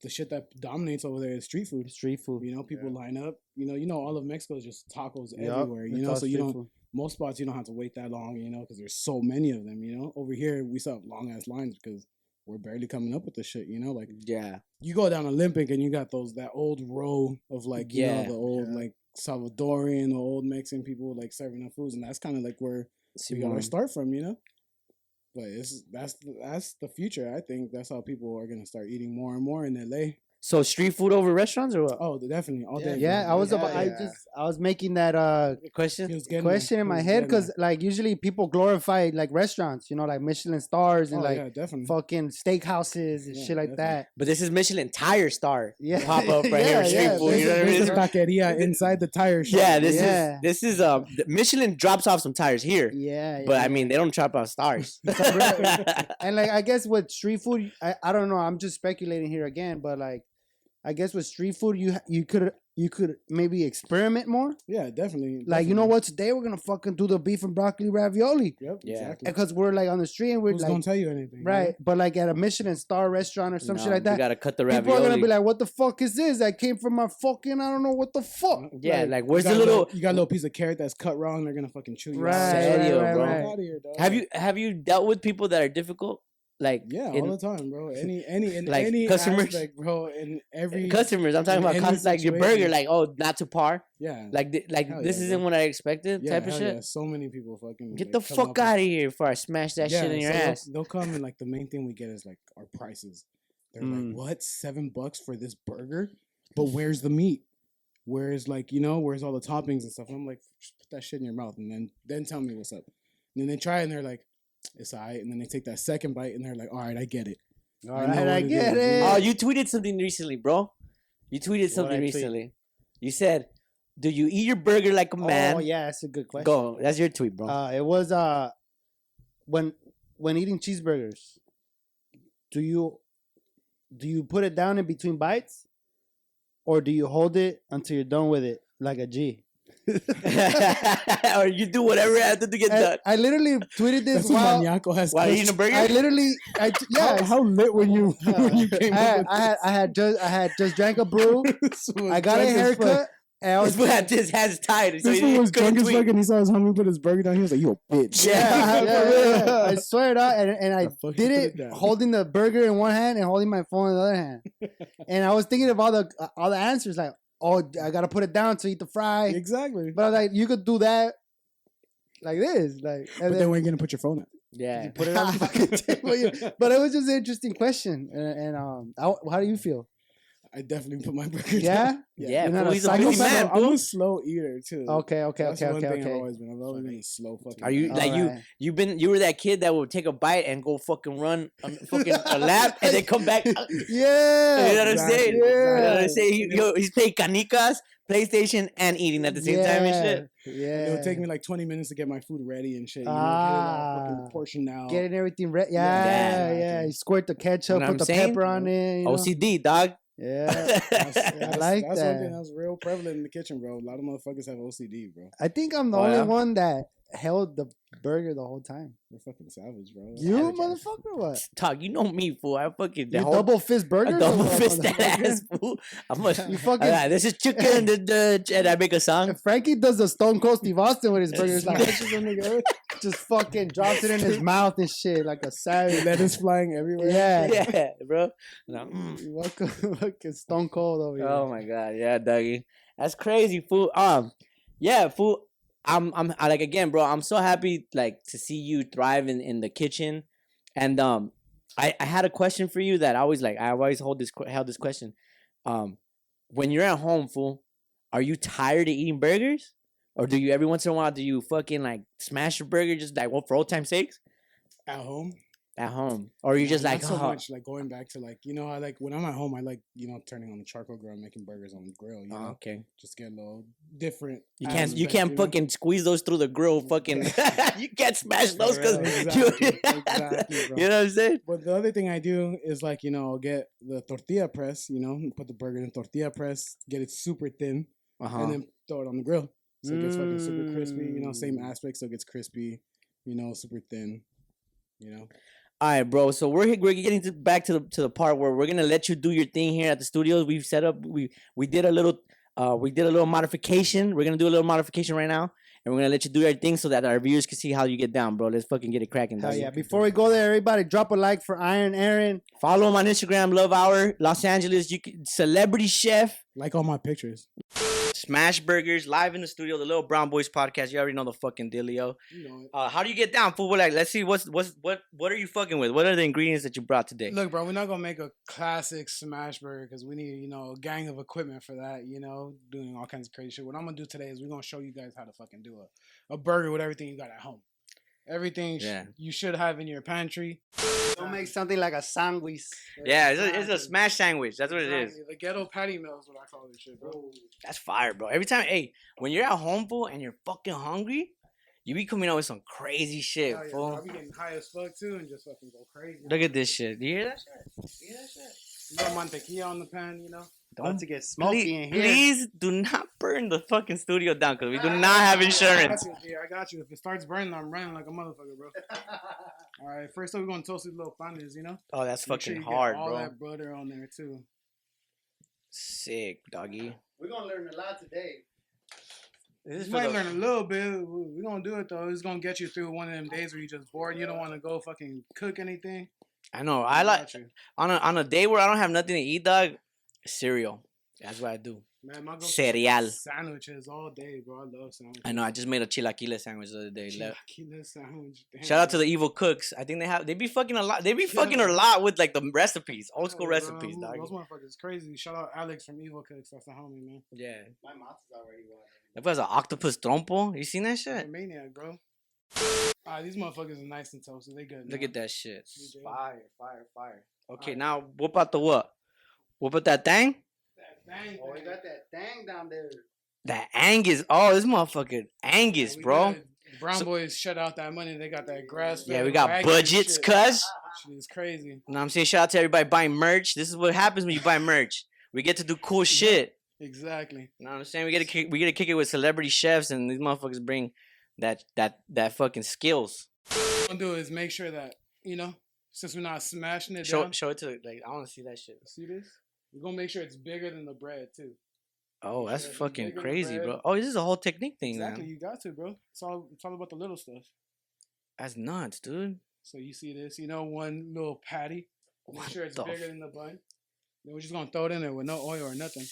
Speaker 3: The shit that dominates over there is street food.
Speaker 2: street food.
Speaker 3: You know, people line up. You know, you know, all of Mexico is just tacos
Speaker 2: Yup,
Speaker 3: everywhere. You
Speaker 2: it's
Speaker 3: know,
Speaker 2: all
Speaker 3: so you
Speaker 2: street
Speaker 3: don't.
Speaker 2: food.
Speaker 3: most spots you don't have to wait that long, you know, because there's so many of them, you know. Over here, we still have long ass lines because we're barely coming up with this shit, you know. Like
Speaker 1: Yeah,
Speaker 3: you go down Olympic and you got those that old row of like you
Speaker 1: Yeah.
Speaker 3: know the old like Salvadorian or old Mexican people like serving up foods, and that's kind of like where we got
Speaker 1: Simón.
Speaker 3: our start from, you know. But it's that's the, that's the future. I think that's how people are gonna start eating more and more in LA.
Speaker 1: So street food over restaurants or what?
Speaker 3: Oh, definitely all day.
Speaker 2: Yeah, I was about. I
Speaker 4: Yeah.
Speaker 2: just I was making that uh
Speaker 1: Question.
Speaker 2: question in my head because like usually people glorify like restaurants, you know, like Michelin stars and
Speaker 3: oh,
Speaker 2: like
Speaker 3: yeah, definitely.
Speaker 2: fucking steakhouses and
Speaker 3: Yeah,
Speaker 2: shit like
Speaker 3: definitely.
Speaker 2: that.
Speaker 1: But this is Michelin tire star
Speaker 2: Yeah,
Speaker 1: pop up right here,
Speaker 2: Yeah,
Speaker 1: street
Speaker 2: yeah,
Speaker 1: food. You know what I
Speaker 3: There's
Speaker 1: mean?
Speaker 3: a taqueria [LAUGHS] inside the tire shop.
Speaker 1: Yeah, this
Speaker 2: Yeah.
Speaker 1: is this is um th- Michelin drops off some tires here,
Speaker 2: Yeah,
Speaker 1: but
Speaker 2: yeah.
Speaker 1: I mean they don't drop off stars.
Speaker 2: and like I guess with street food, I, I don't know. I'm just speculating here again, but like I guess with street food, you ha- you could you could maybe experiment more.
Speaker 3: Yeah, definitely.
Speaker 2: Like you know
Speaker 3: definitely.
Speaker 2: what? Today we're gonna fucking do the beef and broccoli ravioli
Speaker 3: Yep.
Speaker 1: Yeah.
Speaker 3: Exactly.
Speaker 2: because we're like on the street and we're
Speaker 3: Who's gonna
Speaker 2: like
Speaker 3: tell you anything? you know?
Speaker 2: right, but like at a Michelin star restaurant or
Speaker 1: [LAUGHS]
Speaker 2: some shit
Speaker 1: No,
Speaker 2: like
Speaker 1: We
Speaker 2: that.
Speaker 1: gotta cut the
Speaker 2: People are
Speaker 1: ravioli.
Speaker 2: gonna be like, "What the fuck is this? That came from my fucking I don't know what the fuck."
Speaker 1: Mm, yeah, like,
Speaker 3: You
Speaker 1: where's
Speaker 3: got
Speaker 1: the
Speaker 3: a
Speaker 1: little?
Speaker 3: You got a little piece of carrot that's cut wrong. They're gonna fucking chew you.
Speaker 2: Right,
Speaker 3: out.
Speaker 1: Serio, right, right, bro.
Speaker 2: right.
Speaker 3: Out of here, dog.
Speaker 1: Have you have you dealt with people that are difficult? Like
Speaker 3: Yeah,
Speaker 1: in-
Speaker 3: all the
Speaker 1: [LAUGHS]
Speaker 3: time, bro. Any, any, in
Speaker 1: Like,
Speaker 3: any
Speaker 1: customers-
Speaker 3: aspect, bro. In every,
Speaker 1: customers. I'm talking
Speaker 3: in
Speaker 1: about
Speaker 3: any
Speaker 1: cus- like your burger.
Speaker 3: situation.
Speaker 1: Like oh, not to par.
Speaker 3: yeah,
Speaker 1: Like thi- like
Speaker 3: Hell
Speaker 1: this
Speaker 3: yeah,
Speaker 1: isn't
Speaker 3: bro.
Speaker 1: what I expected.
Speaker 3: yeah,
Speaker 1: type of
Speaker 3: hell
Speaker 1: shit.
Speaker 3: Yeah. So many people fucking
Speaker 1: Get
Speaker 3: like,
Speaker 1: the
Speaker 3: come
Speaker 1: fuck
Speaker 3: up with-
Speaker 1: out of here before I smash that shit in your
Speaker 3: so they'll-
Speaker 1: ass.
Speaker 3: They'll, come and like the main thing we get is like our prices. They're
Speaker 1: Mm.
Speaker 3: like, what? Seven bucks for this burger? But where's the meat? Where's like, you know, where's all the toppings and stuff? And I'm like, just put that shit in your mouth and then then tell me what's up. And then they try it and they're like, it's all right. And then they take that second bite and they're like, all right, I get it.
Speaker 2: All
Speaker 3: I know
Speaker 2: right,
Speaker 3: what
Speaker 2: I
Speaker 3: it
Speaker 2: get
Speaker 3: is.
Speaker 2: it. [LAUGHS]
Speaker 1: Oh, you tweeted something recently, bro. You tweeted something
Speaker 2: I tweet?
Speaker 1: recently. You said, "Do you eat your burger like a man?"
Speaker 2: Oh yeah, that's a good question.
Speaker 1: Go. That's your tweet, bro.
Speaker 2: Uh, it was uh, when when eating cheeseburgers, do you do you put it down in between bites, or do you hold it until you're done with it like a G?
Speaker 1: [LAUGHS] or you do whatever I have to do to get
Speaker 2: And
Speaker 1: done.
Speaker 2: I literally tweeted this
Speaker 3: That's what
Speaker 2: while
Speaker 3: Maniaco has
Speaker 1: While eating a
Speaker 3: cooked.
Speaker 1: burger? [LAUGHS]
Speaker 2: I literally I t-
Speaker 3: How,
Speaker 2: yeah.
Speaker 3: how lit were you [LAUGHS] when you came
Speaker 2: I
Speaker 3: up
Speaker 2: had,
Speaker 3: with
Speaker 2: I had I had just I had just drank a brew.
Speaker 3: [LAUGHS] this? This
Speaker 2: I
Speaker 3: was
Speaker 2: got a
Speaker 3: drunk as fuck.
Speaker 2: haircut. And I
Speaker 1: This
Speaker 2: was
Speaker 1: fool had his hands tied. So
Speaker 3: This
Speaker 1: he
Speaker 3: one was
Speaker 1: couldn't
Speaker 3: drunk as
Speaker 1: tweet.
Speaker 3: fuck and he saw his homie put his burger down. He was like, you a
Speaker 2: [LAUGHS]
Speaker 3: bitch.
Speaker 2: yeah,
Speaker 3: [LAUGHS]
Speaker 1: Yeah,
Speaker 2: yeah,
Speaker 3: for
Speaker 2: yeah,
Speaker 3: real.
Speaker 2: yeah. I swear it out, and, and I,
Speaker 3: I fucking
Speaker 2: did
Speaker 3: put
Speaker 2: it,
Speaker 3: it down.
Speaker 2: holding the burger in one hand and holding my phone in the other
Speaker 1: [LAUGHS]
Speaker 2: hand. and I was thinking of all the uh, all the answers, like, oh, d- I gotta put it down to eat the fry.
Speaker 3: Exactly.
Speaker 2: But I was like, you could do that like this, like, and
Speaker 3: But
Speaker 2: then
Speaker 3: then we're gonna put your phone out.
Speaker 1: Yeah.
Speaker 2: you put it on the
Speaker 3: [LAUGHS]
Speaker 2: fucking table. yeah. [LAUGHS] But it was just an interesting question, and, and um, how, how do you
Speaker 3: [LAUGHS]
Speaker 2: feel?
Speaker 3: I definitely put my burger
Speaker 2: Yeah.
Speaker 3: down.
Speaker 1: Yeah,
Speaker 2: You're not
Speaker 1: fool,
Speaker 2: a
Speaker 1: he's a
Speaker 3: I'm,
Speaker 1: busy
Speaker 2: psychopath?
Speaker 1: man,
Speaker 3: a slow, I'm
Speaker 1: bro.
Speaker 3: a slow eater too.
Speaker 2: Okay, okay,
Speaker 3: That's
Speaker 2: okay,
Speaker 3: one
Speaker 2: okay,
Speaker 3: thing I've
Speaker 2: okay.
Speaker 3: always been. I've always been a slow fucking.
Speaker 1: Are you
Speaker 3: guy.
Speaker 1: like you?
Speaker 2: Alright.
Speaker 1: You've been you were that kid that would take a bite and go fucking run
Speaker 2: [LAUGHS]
Speaker 1: a, fucking a lap and then come back. [LAUGHS] You know
Speaker 2: Yeah.
Speaker 1: what I'm saying? [LAUGHS] You know what
Speaker 2: Yeah.
Speaker 1: I'm saying? He- yo, he's playing canicas, PlayStation, and eating at the same time and shit.
Speaker 2: Yeah.
Speaker 3: It would take me like 20 minutes to get my food ready and shit. You know, get it all
Speaker 2: Ah.
Speaker 3: fucking portioned out.
Speaker 2: getting everything ready. Yeah,
Speaker 3: Oh. Yeah,
Speaker 2: yeah,
Speaker 3: exactly.
Speaker 2: You squirt the ketchup,
Speaker 1: what
Speaker 2: put
Speaker 1: I'm
Speaker 2: the
Speaker 1: saying? Oh,
Speaker 2: pepper on it. You know?
Speaker 1: OCD, dog.
Speaker 2: Yeah, [LAUGHS]
Speaker 3: That's, that's-
Speaker 2: like
Speaker 3: that's
Speaker 2: that.
Speaker 3: one thing that's real prevalent in the kitchen, bro. A lot of motherfuckers have OCD, bro.
Speaker 2: I think I'm the
Speaker 1: Oh,
Speaker 2: only
Speaker 1: yeah?
Speaker 2: one that held the burger the whole time.
Speaker 3: They're fucking savage, bro.
Speaker 2: You
Speaker 3: Savage ass.
Speaker 2: motherfucker, what?
Speaker 1: Talk, you know me, fool. I fucking
Speaker 2: You
Speaker 1: the whole-
Speaker 2: double fist burger?
Speaker 1: I double fist that ass, fool. I'm a,
Speaker 2: [LAUGHS] You fucking.
Speaker 1: Alright, this is chicken and, the, the, and I make a
Speaker 2: [LAUGHS]
Speaker 1: song.
Speaker 2: if Frankie does the Stone Cold Steve Austin with his burger. It's [LAUGHS] like
Speaker 3: Smashes a nigga with-
Speaker 2: just fucking drops it
Speaker 1: [LAUGHS]
Speaker 2: in his mouth and shit like a savage.
Speaker 3: Lettuce flying everywhere.
Speaker 2: Yeah,
Speaker 1: [LAUGHS] Yeah, bro. And I'm, mm.
Speaker 2: You Welcome, [LAUGHS] fucking Stone Cold over here.
Speaker 1: Oh my god, yeah, Dougie, that's crazy, fool. Um, yeah, fool. I'm, I'm, I, like again, bro. I'm so happy, like, to see you thrive in, in the kitchen, and um, I, I had a question for you that I always like. I always hold this que- held this question. Um, when you're at home, fool, are you tired of eating burgers, or do you every once in a while do you fucking like smash a burger just like well, for old time's sake
Speaker 3: At home,
Speaker 1: at home, or you just
Speaker 3: Not
Speaker 1: like
Speaker 3: so
Speaker 1: oh,
Speaker 3: much like going back to like you know I like when I'm at home I like you know turning on the charcoal grill and making burgers on the grill you
Speaker 1: oh,
Speaker 3: know
Speaker 1: okay,
Speaker 3: just get a little different.
Speaker 1: You can't you
Speaker 3: aspect,
Speaker 1: can't
Speaker 3: know?
Speaker 1: fucking squeeze those through the grill fucking [LAUGHS] you can't smash those because [LAUGHS]
Speaker 3: Exactly, exactly, bro.
Speaker 1: you know what I'm saying?
Speaker 3: But the other thing I do is like you know I'll get the tortilla press you know and put the burger in the tortilla press get it super thin
Speaker 1: Uh-huh.
Speaker 3: and then throw it on the grill so it gets fucking super crispy you know same
Speaker 2: Mm.
Speaker 3: aspect so it gets crispy you know super thin you know
Speaker 1: All right, bro. So we're we're getting to, back to the to the part where we're gonna let you do your thing here at the studios. We've set up we we did a little uh we did a little modification. We're gonna do a little modification right now, and we're gonna let you do your thing so that our viewers can see how you get down, bro. Let's fucking get it cracking.
Speaker 2: Hell
Speaker 1: doggy.
Speaker 2: yeah! Before we go there, everybody drop a like for Iron Aaron.
Speaker 1: Follow him on Instagram, Love Hour Los Angeles. You can, celebrity chef.
Speaker 3: like all my pictures
Speaker 5: Smash Burgers live in the studio, the Little Brown Boys podcast. You already know the fucking dealio.
Speaker 3: you know it.
Speaker 5: Uh, how do you get down, fool? We're like, let's see what's what's what what are you fucking with? What are the ingredients that you brought today?
Speaker 3: Look, bro, we're not gonna make a classic smash burger because we need, you know, a gang of equipment for that. You know, doing all kinds of crazy shit. What I'm gonna do today is we're gonna show you guys how to fucking do a, a burger with everything you got at home, everything sh-
Speaker 5: Yeah.
Speaker 3: you should have in your pantry.
Speaker 2: Don't make something like a sandwich.
Speaker 5: yeah, it's a, it's a
Speaker 3: Exactly.
Speaker 5: smash sandwich. That's what it is.
Speaker 3: Exactly. The ghetto patty melt is what I call this shit, bro.
Speaker 5: That's fire, bro. Every time, hey, when you're at home, fool, and you're fucking hungry, you be coming out with some crazy shit,
Speaker 3: Hell Oh, yeah, bro. I
Speaker 5: fool.
Speaker 3: be getting high as fuck too and just fucking go crazy.
Speaker 5: Look at this shit. Do you hear that shit?
Speaker 3: little mantequilla on the pan, you know.
Speaker 2: About to get smoky
Speaker 1: Please,
Speaker 2: in here. [LAUGHS]
Speaker 1: please do not
Speaker 5: [LAUGHS]
Speaker 1: burn the fucking studio down because we do not
Speaker 3: [LAUGHS]
Speaker 1: have insurance.
Speaker 3: I got you, G, I got you. If it starts burning, I'm running like a motherfucker, bro. All right, first up, we're going to toast these little panes, you know?
Speaker 1: Oh, that's
Speaker 3: Make sure
Speaker 1: fucking
Speaker 3: you get
Speaker 1: hard,
Speaker 3: all
Speaker 1: bro.
Speaker 3: that butter on there, too.
Speaker 1: Sick, doggy.
Speaker 2: We're gonna learn a lot today.
Speaker 5: This is
Speaker 3: You
Speaker 5: for
Speaker 3: might
Speaker 5: the-
Speaker 3: learn a little bit. We're going to do it, though. It's going to get you through one of them days where you're just bored. You don't want to go fucking cook anything.
Speaker 1: I know. I like
Speaker 3: got you.
Speaker 1: on a on a day where I don't have nothing to eat, dog. Cereal. That's what I do.
Speaker 3: Man, my girl
Speaker 1: Cereal.
Speaker 3: sandwiches all day, bro. I love sandwiches.
Speaker 1: I know. I just made a chilaquiles sandwich the other day. Le-
Speaker 3: Chilaquiles sandwich.
Speaker 1: [LAUGHS]
Speaker 3: damn.
Speaker 1: Shout out to the evil cooks. I think they have they be fucking a lot. They be fucking a
Speaker 3: Yeah.
Speaker 1: lot with like the recipes, old
Speaker 3: Yeah,
Speaker 1: school
Speaker 3: Oh, bro,
Speaker 1: recipes,
Speaker 3: who- Those
Speaker 1: dog.
Speaker 3: motherfuckers crazy. Shout out Alex from Evil Cooks. That's the homie, man.
Speaker 1: Yeah.
Speaker 2: My mouth is already watering.
Speaker 1: That was an octopus trompo. You seen that
Speaker 3: You're a
Speaker 1: shit?
Speaker 3: maniac, bro. Ah, these motherfuckers are nice and toasted. They good.
Speaker 1: Look
Speaker 3: now.
Speaker 1: at that shit.
Speaker 3: You dig?
Speaker 2: Fire, fire, fire.
Speaker 1: Okay,
Speaker 3: Alright.
Speaker 1: now whoop out the what? Whoop out that thing?
Speaker 3: That thing,
Speaker 2: Oh, we
Speaker 3: thing.
Speaker 2: got that thing down there.
Speaker 1: That Angus. Oh, this motherfucking Angus,
Speaker 3: We
Speaker 1: bro.
Speaker 3: got- Brown
Speaker 1: So-
Speaker 3: boys shut out that money. They got that grass.
Speaker 1: Yeah, we got budgets, cuz.
Speaker 3: She's crazy.
Speaker 1: You know what I'm saying? Shout out to everybody buying merch. This is what happens when you buy merch. We get to do cool shit.
Speaker 3: Exactly.
Speaker 1: You know what I'm saying? We get to kick, we get to kick it with celebrity chefs, and these motherfuckers bring that that that fucking skills.
Speaker 3: What I'm gonna do is make sure that you know, since we're not smashing it
Speaker 1: Show
Speaker 3: down.
Speaker 1: show it to like I want to see that shit.
Speaker 3: See this? We're gonna make sure it's bigger than the bread too.
Speaker 1: Oh, that's
Speaker 3: Sure, it's
Speaker 1: fucking
Speaker 3: bigger than
Speaker 1: crazy,
Speaker 3: bread.
Speaker 1: bro. Oh, this is a whole technique thing
Speaker 3: Exactly.
Speaker 1: now.
Speaker 3: You got to, bro. It's all it's all about the little stuff.
Speaker 1: That's nuts, dude.
Speaker 3: So you see this? You know, one little patty. Make
Speaker 1: What
Speaker 3: sure it's
Speaker 1: the
Speaker 3: bigger
Speaker 1: f-
Speaker 3: than the bun. Then we're just gonna throw it in there with no oil or nothing.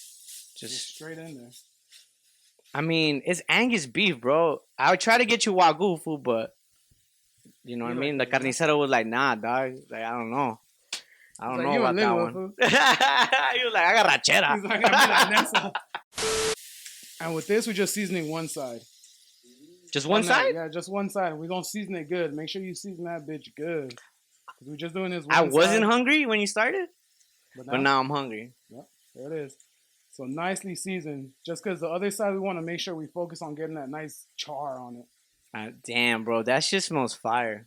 Speaker 3: Just
Speaker 1: Just,
Speaker 3: straight in there.
Speaker 1: I mean, it's Angus beef, bro. I would try to get you wagyu food, but you know what I
Speaker 3: You
Speaker 1: mean. The
Speaker 3: like it,
Speaker 1: carnicero was like, "Nah, dog. Like, I don't know. I don't
Speaker 3: like,
Speaker 1: know
Speaker 3: "You
Speaker 1: about
Speaker 3: don't
Speaker 1: that
Speaker 3: live with
Speaker 1: one." [LAUGHS] he was like, "I got rachera."
Speaker 3: [LAUGHS] He's like, "I'm gonna mess up." And with this, we're just seasoning one side.
Speaker 1: [LAUGHS] Just one
Speaker 3: On that,
Speaker 1: side.
Speaker 3: Yeah, just one side. We're gonna season it good. Make sure you season that bitch good. 'Cause we're just doing this.
Speaker 1: I
Speaker 3: one
Speaker 1: wasn't
Speaker 3: side,
Speaker 1: hungry when you started,
Speaker 3: but now,
Speaker 1: but now I'm hungry.
Speaker 3: there it is. So nicely seasoned. Just because the other side, we want to make sure we focus on getting that nice char on it.
Speaker 1: Uh, damn, bro, that shit smells fire.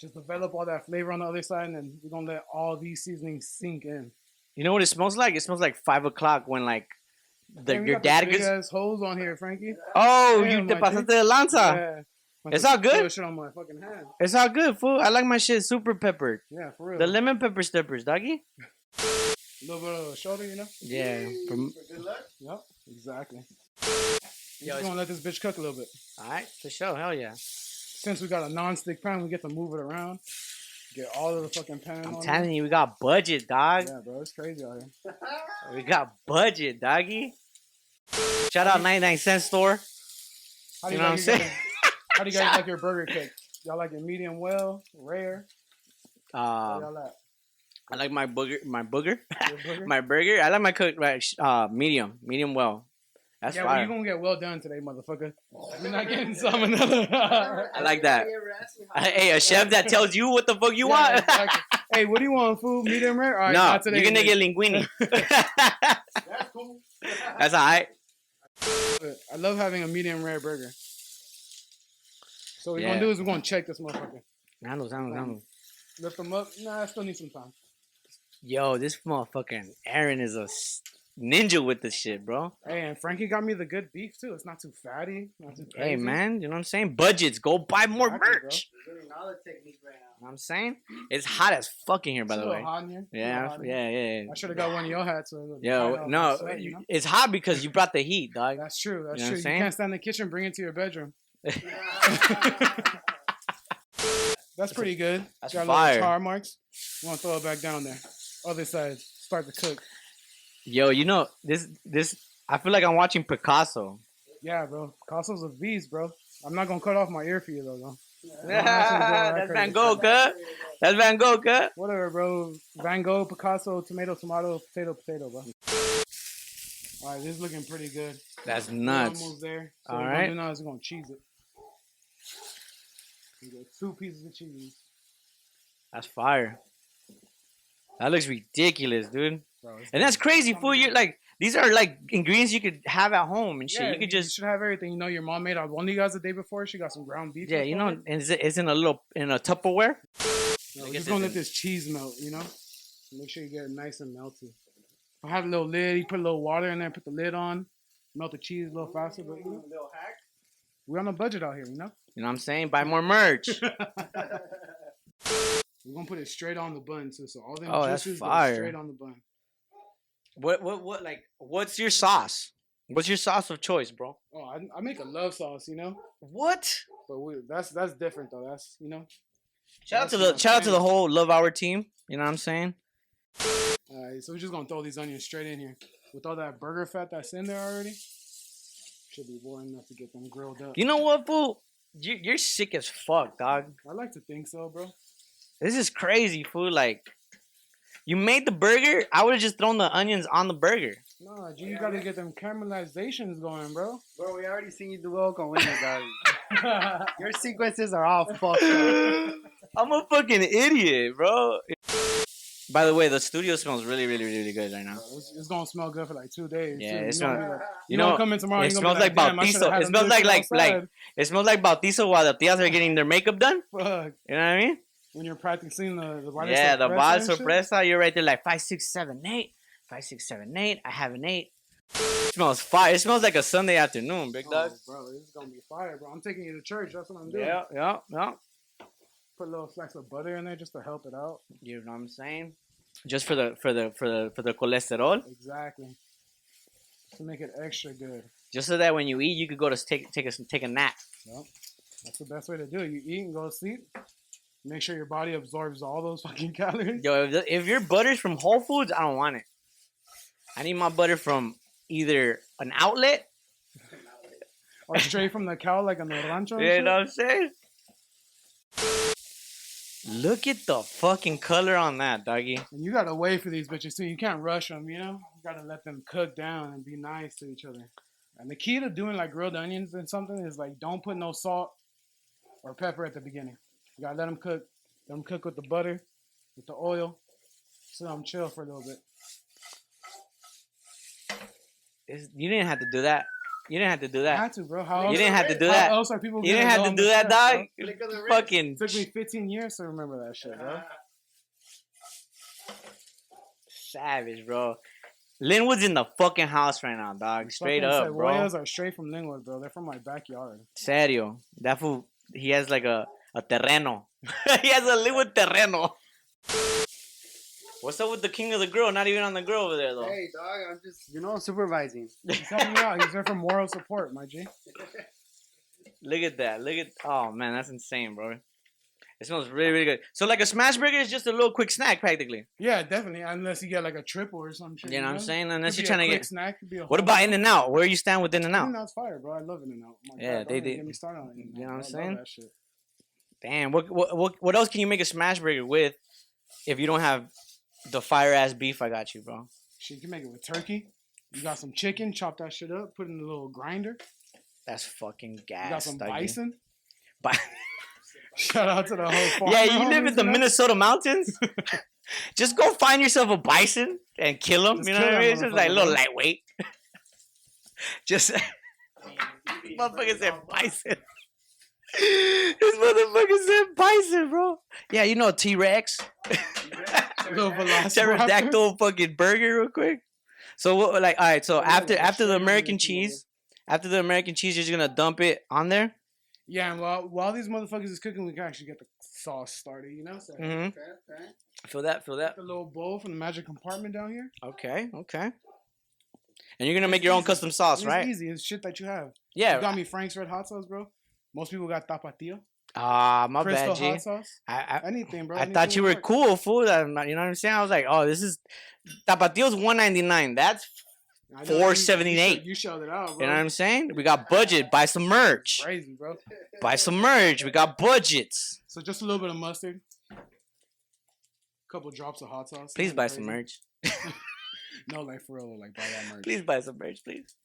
Speaker 3: Just develop all that flavor on the other side, and then we're gonna let all these seasonings sink in.
Speaker 1: You know what it smells like? It smells like five o'clock when like the,
Speaker 3: Man, we
Speaker 1: your
Speaker 3: got the
Speaker 1: dad
Speaker 3: big
Speaker 1: gets.
Speaker 3: ass holes on here, Frankie.
Speaker 1: Oh,
Speaker 3: Damn,
Speaker 1: you te
Speaker 3: my
Speaker 1: pasaste
Speaker 3: dude.
Speaker 1: de lanza.
Speaker 3: Yeah. Went
Speaker 1: It's
Speaker 3: to
Speaker 1: all good.
Speaker 3: throw Shit on my fucking hand.
Speaker 1: It's all good, fool. I like my shit super peppered.
Speaker 3: Yeah, for real.
Speaker 1: The lemon pepper steppers, doggy.
Speaker 3: little bit of shoulder, you know.
Speaker 1: Yeah. From...
Speaker 2: [LAUGHS]
Speaker 3: Yep, exactly.
Speaker 1: Yo,
Speaker 3: We're just
Speaker 1: it's-
Speaker 3: gonna let this bitch cook a little bit.
Speaker 1: All right, for sure. Hell yeah.
Speaker 3: since we got a non-stick pan, we get to move it around. Get all of the fucking pan.
Speaker 1: I'm
Speaker 3: on
Speaker 1: telling you, we got budget,
Speaker 3: there.
Speaker 1: dog.
Speaker 3: Yeah, bro, it's crazy out here.
Speaker 1: We got budget, doggy. Shout out 99 Cent Store.
Speaker 3: How do
Speaker 1: You
Speaker 3: you,
Speaker 1: know what I'm
Speaker 3: like your
Speaker 1: saying?
Speaker 3: guys- how do
Speaker 1: [LAUGHS]
Speaker 3: you guys like your burger cooked? Y'all like it medium well, rare? How
Speaker 1: Uh,
Speaker 3: y'all like
Speaker 1: I like my booger, my booger,
Speaker 3: your burger?
Speaker 1: my burger. I like my cook right, sh- uh, medium, medium well. That's
Speaker 3: yeah, well,
Speaker 1: fire.
Speaker 3: you're gonna get well done today, motherfucker. You're not getting some another.
Speaker 1: [LAUGHS]
Speaker 3: [LAUGHS]
Speaker 1: I like that. [LAUGHS] hey, a chef that tells you what the fuck you
Speaker 3: Yeah,
Speaker 1: want. [LAUGHS]
Speaker 3: exactly. hey, what do you want? Food, medium rare? All right,
Speaker 1: no,
Speaker 3: not today,
Speaker 1: you're gonna
Speaker 3: bitch.
Speaker 1: get linguine.
Speaker 3: [LAUGHS]
Speaker 1: [LAUGHS] That's all right.
Speaker 3: I love having a medium rare burger. So what we're
Speaker 1: Yeah.
Speaker 3: gonna do is we're gonna check this motherfucker.
Speaker 1: Nano, nano, nano.
Speaker 3: Lift them up. Nah, I still need some time.
Speaker 1: Yo, this motherfucking Aaron is a s- ninja with this shit, bro.
Speaker 3: Hey, and Frankie got me the good beef too. It's not too fatty. Not too
Speaker 1: Hey,
Speaker 3: crazy.
Speaker 1: man, you know what I'm saying? Budgets, go buy more
Speaker 3: Exactly, bro.
Speaker 1: merch.
Speaker 2: [LAUGHS]
Speaker 1: You know what I'm saying? It's hot as fucking here,
Speaker 3: It's
Speaker 1: by
Speaker 3: a
Speaker 1: the
Speaker 3: little
Speaker 1: way.
Speaker 3: hot in here. It's a little
Speaker 1: Yeah,
Speaker 3: hot in here.
Speaker 1: yeah, yeah.
Speaker 3: I should have got one of your hats. So
Speaker 1: yeah. Yo, no, you- it's hot because you brought the heat, dog.
Speaker 3: [LAUGHS] That's true. That's
Speaker 1: You know what I'm
Speaker 3: true. You
Speaker 1: saying?
Speaker 3: can't stand in the kitchen. Bring it to your bedroom. That's pretty good.
Speaker 1: that's
Speaker 3: got
Speaker 1: fire.
Speaker 3: little char marks. You want to throw it back down there. Other side. Start to cook.
Speaker 1: Yo, you know this, this. I feel like I'm watching Picasso.
Speaker 3: Yeah, bro. Costco's a beast, bro. I'm not gonna cut off my ear for you
Speaker 1: [LAUGHS]
Speaker 3: though, though.
Speaker 1: That's Van Gogh, [LAUGHS] huh? That's Van Gogh, huh?
Speaker 3: Whatever, bro. Van Gogh, Picasso, tomato, tomato, potato, potato, bro. All right, this is looking pretty good.
Speaker 1: That's
Speaker 3: We're
Speaker 1: nuts.
Speaker 3: Almost there. So
Speaker 1: All
Speaker 3: what
Speaker 1: right.
Speaker 3: We're gonna do now is we're gonna cheese it. We got two pieces of cheese,
Speaker 1: That's fire. That looks ridiculous, dude.
Speaker 3: bro. It's-
Speaker 1: And that's crazy, fool. You like these are like ingredients you could have at home and shit.
Speaker 3: Yeah,
Speaker 1: you could just
Speaker 3: should have everything. You know, your mom made up one of you guys the day before. She got some ground beef.
Speaker 1: yeah,
Speaker 3: or
Speaker 1: you
Speaker 3: something.
Speaker 1: know, and it's, it's in a little in a Tupperware.
Speaker 3: No,
Speaker 1: Look
Speaker 3: we're
Speaker 1: at
Speaker 3: just
Speaker 1: this
Speaker 3: gonna let
Speaker 1: in-
Speaker 3: this cheese melt. You know, make sure you get it nice and melty. I had a little lid. You put a little water in there, put the lid on, melt the cheese a little faster. But you know, we're on a budget out here, you know.
Speaker 1: You know what I'm saying? Buy more [LAUGHS] merch.
Speaker 3: We're gonna put it straight on the bun too. So all the
Speaker 6: Oh, that's
Speaker 3: juices go
Speaker 6: fire.
Speaker 3: straight on the bun.
Speaker 1: what what what like what's your sauce? What's your sauce of choice, bro?
Speaker 3: Oh, I, I make a love sauce, you know.
Speaker 1: What?
Speaker 3: But we, that's that's different though. That's you know.
Speaker 1: Shout out to
Speaker 3: That's
Speaker 1: the
Speaker 3: my
Speaker 1: shout out to the
Speaker 3: thing.
Speaker 1: whole Love Hour team. You know what I'm saying?
Speaker 3: All right, so we're just gonna throw these onions straight in here with all that burger fat that's in there already. Should be boring enough to get them grilled up.
Speaker 1: You know what, fool? You, you're sick as fuck, dog.
Speaker 3: I like to think so, bro.
Speaker 1: This is crazy, fool. Like, you made the burger. I would have just thrown the onions on the burger.
Speaker 3: Nah, G, you gotta get them caramelizations going, bro.
Speaker 2: Bro, we already seen you do well con windows, dog.
Speaker 1: [LAUGHS]
Speaker 2: Your sequences are all fucked [LAUGHS] up.
Speaker 1: I'm a fucking idiot, bro. By the way, the studio smells really, really, really good right now.
Speaker 3: It's, it's gonna smell good for like two days.
Speaker 1: Yeah,
Speaker 3: too.
Speaker 1: it
Speaker 3: You're gonna
Speaker 1: smell-
Speaker 3: be like-
Speaker 1: you
Speaker 3: you're gonna
Speaker 1: know,
Speaker 3: come in tomorrow.
Speaker 1: it
Speaker 3: you're gonna be
Speaker 1: smells like
Speaker 3: "Damn, I
Speaker 1: bautizo.
Speaker 3: should've had
Speaker 1: It
Speaker 3: them
Speaker 1: smells
Speaker 3: do
Speaker 1: like- like-
Speaker 3: this
Speaker 1: like-
Speaker 3: outside."
Speaker 1: It smells like bautizo while the tias are getting their makeup done.
Speaker 3: Fuck.
Speaker 1: You know what I mean?
Speaker 3: When you're practicing the the body
Speaker 1: yeah, the
Speaker 3: surpresa
Speaker 1: ball
Speaker 3: and shit.
Speaker 1: sorpresa. You're right there, like five, six, seven, eight, five, six, seven, eight. I have an eight. smells fire. It smells like a Sunday afternoon, big dog.
Speaker 3: Oh, bro, this is gonna be fire, bro. I'm taking you to church. That's what I'm doing.
Speaker 1: Yeah, yeah, yeah.
Speaker 3: Put a little flecks of butter in there just to help it out.
Speaker 1: You know what I'm saying? Just for the for the for the for the cholesterol.
Speaker 3: Exactly. To make it extra good.
Speaker 1: Just so that when you eat, you could go to s- take take a s- take a nap.
Speaker 3: That's the best way to do it. You eat and go to sleep. Make sure your body absorbs all those [LAUGHS] fucking calories.
Speaker 1: Yo, if, the- if your butter's from Whole Foods, I don't want it. I need my butter from either an outlet.
Speaker 3: Or straight from the cow, like on the rancho. and
Speaker 1: You
Speaker 3: shit.
Speaker 1: know what I'm saying? Look at the fucking color on that, doggy.
Speaker 3: And you gotta wait for these bitches too. You can't rush them, you know. You gotta let them cook down and be nice to each other. And the key to doing like grilled onions and something is like don't put no salt or pepper at the beginning. You gotta let them cook. Let them cook with the butter, with the oil. So them chill for a little bit.
Speaker 1: It's- you didn't have to do that. You didn't have to do
Speaker 3: I
Speaker 1: that.
Speaker 3: had to, bro. How
Speaker 1: You
Speaker 3: else,
Speaker 1: didn't have to do
Speaker 3: how
Speaker 1: that.
Speaker 3: else are people?
Speaker 1: You
Speaker 3: gonna
Speaker 1: didn't have
Speaker 3: know
Speaker 1: to
Speaker 3: I'm
Speaker 1: do
Speaker 3: a
Speaker 1: that,
Speaker 3: chef, bro?
Speaker 1: dog. Fucking
Speaker 3: took me 15 years to remember that shit, bro.
Speaker 1: savage, bro. Linwood's in the fucking house right now, dog. Straight
Speaker 3: Fucking
Speaker 1: up, bro.
Speaker 3: Segoyas are straight from Lingwood, bro. They're from my backyard.
Speaker 1: Serio. That fool, he has like a, a terreno. [LAUGHS] he has a Linwood terreno. What's up with the king of the grill? Not even on the grill over there, though.
Speaker 2: [LAUGHS] Hey, dog, I'm just, you know, supervising.
Speaker 3: He's helping me out. He's there for moral support, my G.
Speaker 1: Look at that. Look at. Oh, man, that's insane, bro. It smells really, really good. So, like a smash burger is just a little quick snack, practically.
Speaker 3: Yeah, definitely. Unless you get like a triple or some shit.
Speaker 1: You know what I'm saying? Unless
Speaker 3: Mm-hmm. Could
Speaker 1: you're
Speaker 3: be a
Speaker 1: trying to
Speaker 3: quick
Speaker 1: get.
Speaker 3: snack. Could be a
Speaker 1: What
Speaker 3: whole-
Speaker 1: about In and Out? Where you stand with In and Out?
Speaker 3: In-N-Out's fire, bro. I love In and Out.
Speaker 1: Yeah, they did-
Speaker 3: Get me started on it.
Speaker 1: You know what I'm saying?
Speaker 3: That shit.
Speaker 1: Damn, what, what what what else can you make a smash burger with if you don't have the fire ass beef I got you, bro?
Speaker 3: Shit, you can make it with turkey. You got some chicken, chop that shit up, put it in a little grinder.
Speaker 1: That's fucking
Speaker 3: You
Speaker 1: gas.
Speaker 3: got some
Speaker 1: doggy.
Speaker 3: bison. [LAUGHS]
Speaker 1: Bi-
Speaker 3: Shout out to the whole
Speaker 1: [LAUGHS]
Speaker 3: farm.
Speaker 1: yeah, you live in
Speaker 3: [LAUGHS]
Speaker 1: the Minnesota mountains. just go find yourself a bison and kill him.
Speaker 3: Just
Speaker 1: you know
Speaker 3: kill
Speaker 1: what I
Speaker 3: that
Speaker 1: mean? It's just like a
Speaker 3: motherfucker,
Speaker 1: little
Speaker 3: bro.
Speaker 1: lightweight. [LAUGHS] just motherfucker said bison. [LAUGHS] this motherfucker said bison, bro. Yeah, you know T Rex. [LAUGHS]
Speaker 3: Little velociraptor.
Speaker 1: pterodactyl fucking burger real quick. So what? Like, all right. So
Speaker 3: Yeah,
Speaker 1: after
Speaker 3: like
Speaker 1: after the
Speaker 3: straight on
Speaker 1: American
Speaker 3: the keyboard.
Speaker 1: cheese, after the American cheese, you're just gonna dump it on there.
Speaker 3: Yeah, and while, while these motherfuckers is cooking, we can actually get the sauce started, you know? So
Speaker 1: Mm-hmm. Feel that. Feel that.
Speaker 3: a little bowl from the magic compartment down here.
Speaker 1: Okay. Okay. And you're gonna make your own custom sauce,
Speaker 3: it's
Speaker 1: right?
Speaker 3: easy. It's shit that you have. You
Speaker 1: Yeah.
Speaker 3: got me Frank's Red Hot Sauce, bro. Most people got tapatio.
Speaker 1: Ah, my
Speaker 3: Crystal
Speaker 1: bad, G.
Speaker 3: Hot Sauce.
Speaker 1: I I,
Speaker 3: Anything, bro.
Speaker 1: I thought
Speaker 3: anything
Speaker 1: you
Speaker 3: will
Speaker 1: were
Speaker 3: work.
Speaker 1: cool, fool. I'm not- You know what I'm saying? I was like, oh, this is Tapatio's 199. That's
Speaker 3: I know, you-
Speaker 1: 478.
Speaker 3: You, shou- you shouted out,
Speaker 1: you
Speaker 3: bro.
Speaker 1: know what I'm saying. We got budget. Buy some merch.
Speaker 3: Crazy, bro.
Speaker 1: Buy some merch. We got budgets.
Speaker 3: So just a little bit of mustard. Couple drops of hot sauce.
Speaker 1: Please
Speaker 3: nothing
Speaker 1: buy some
Speaker 3: crazy.
Speaker 1: merch.
Speaker 3: No, like for real, like buy that merch.
Speaker 1: Please buy some merch, please.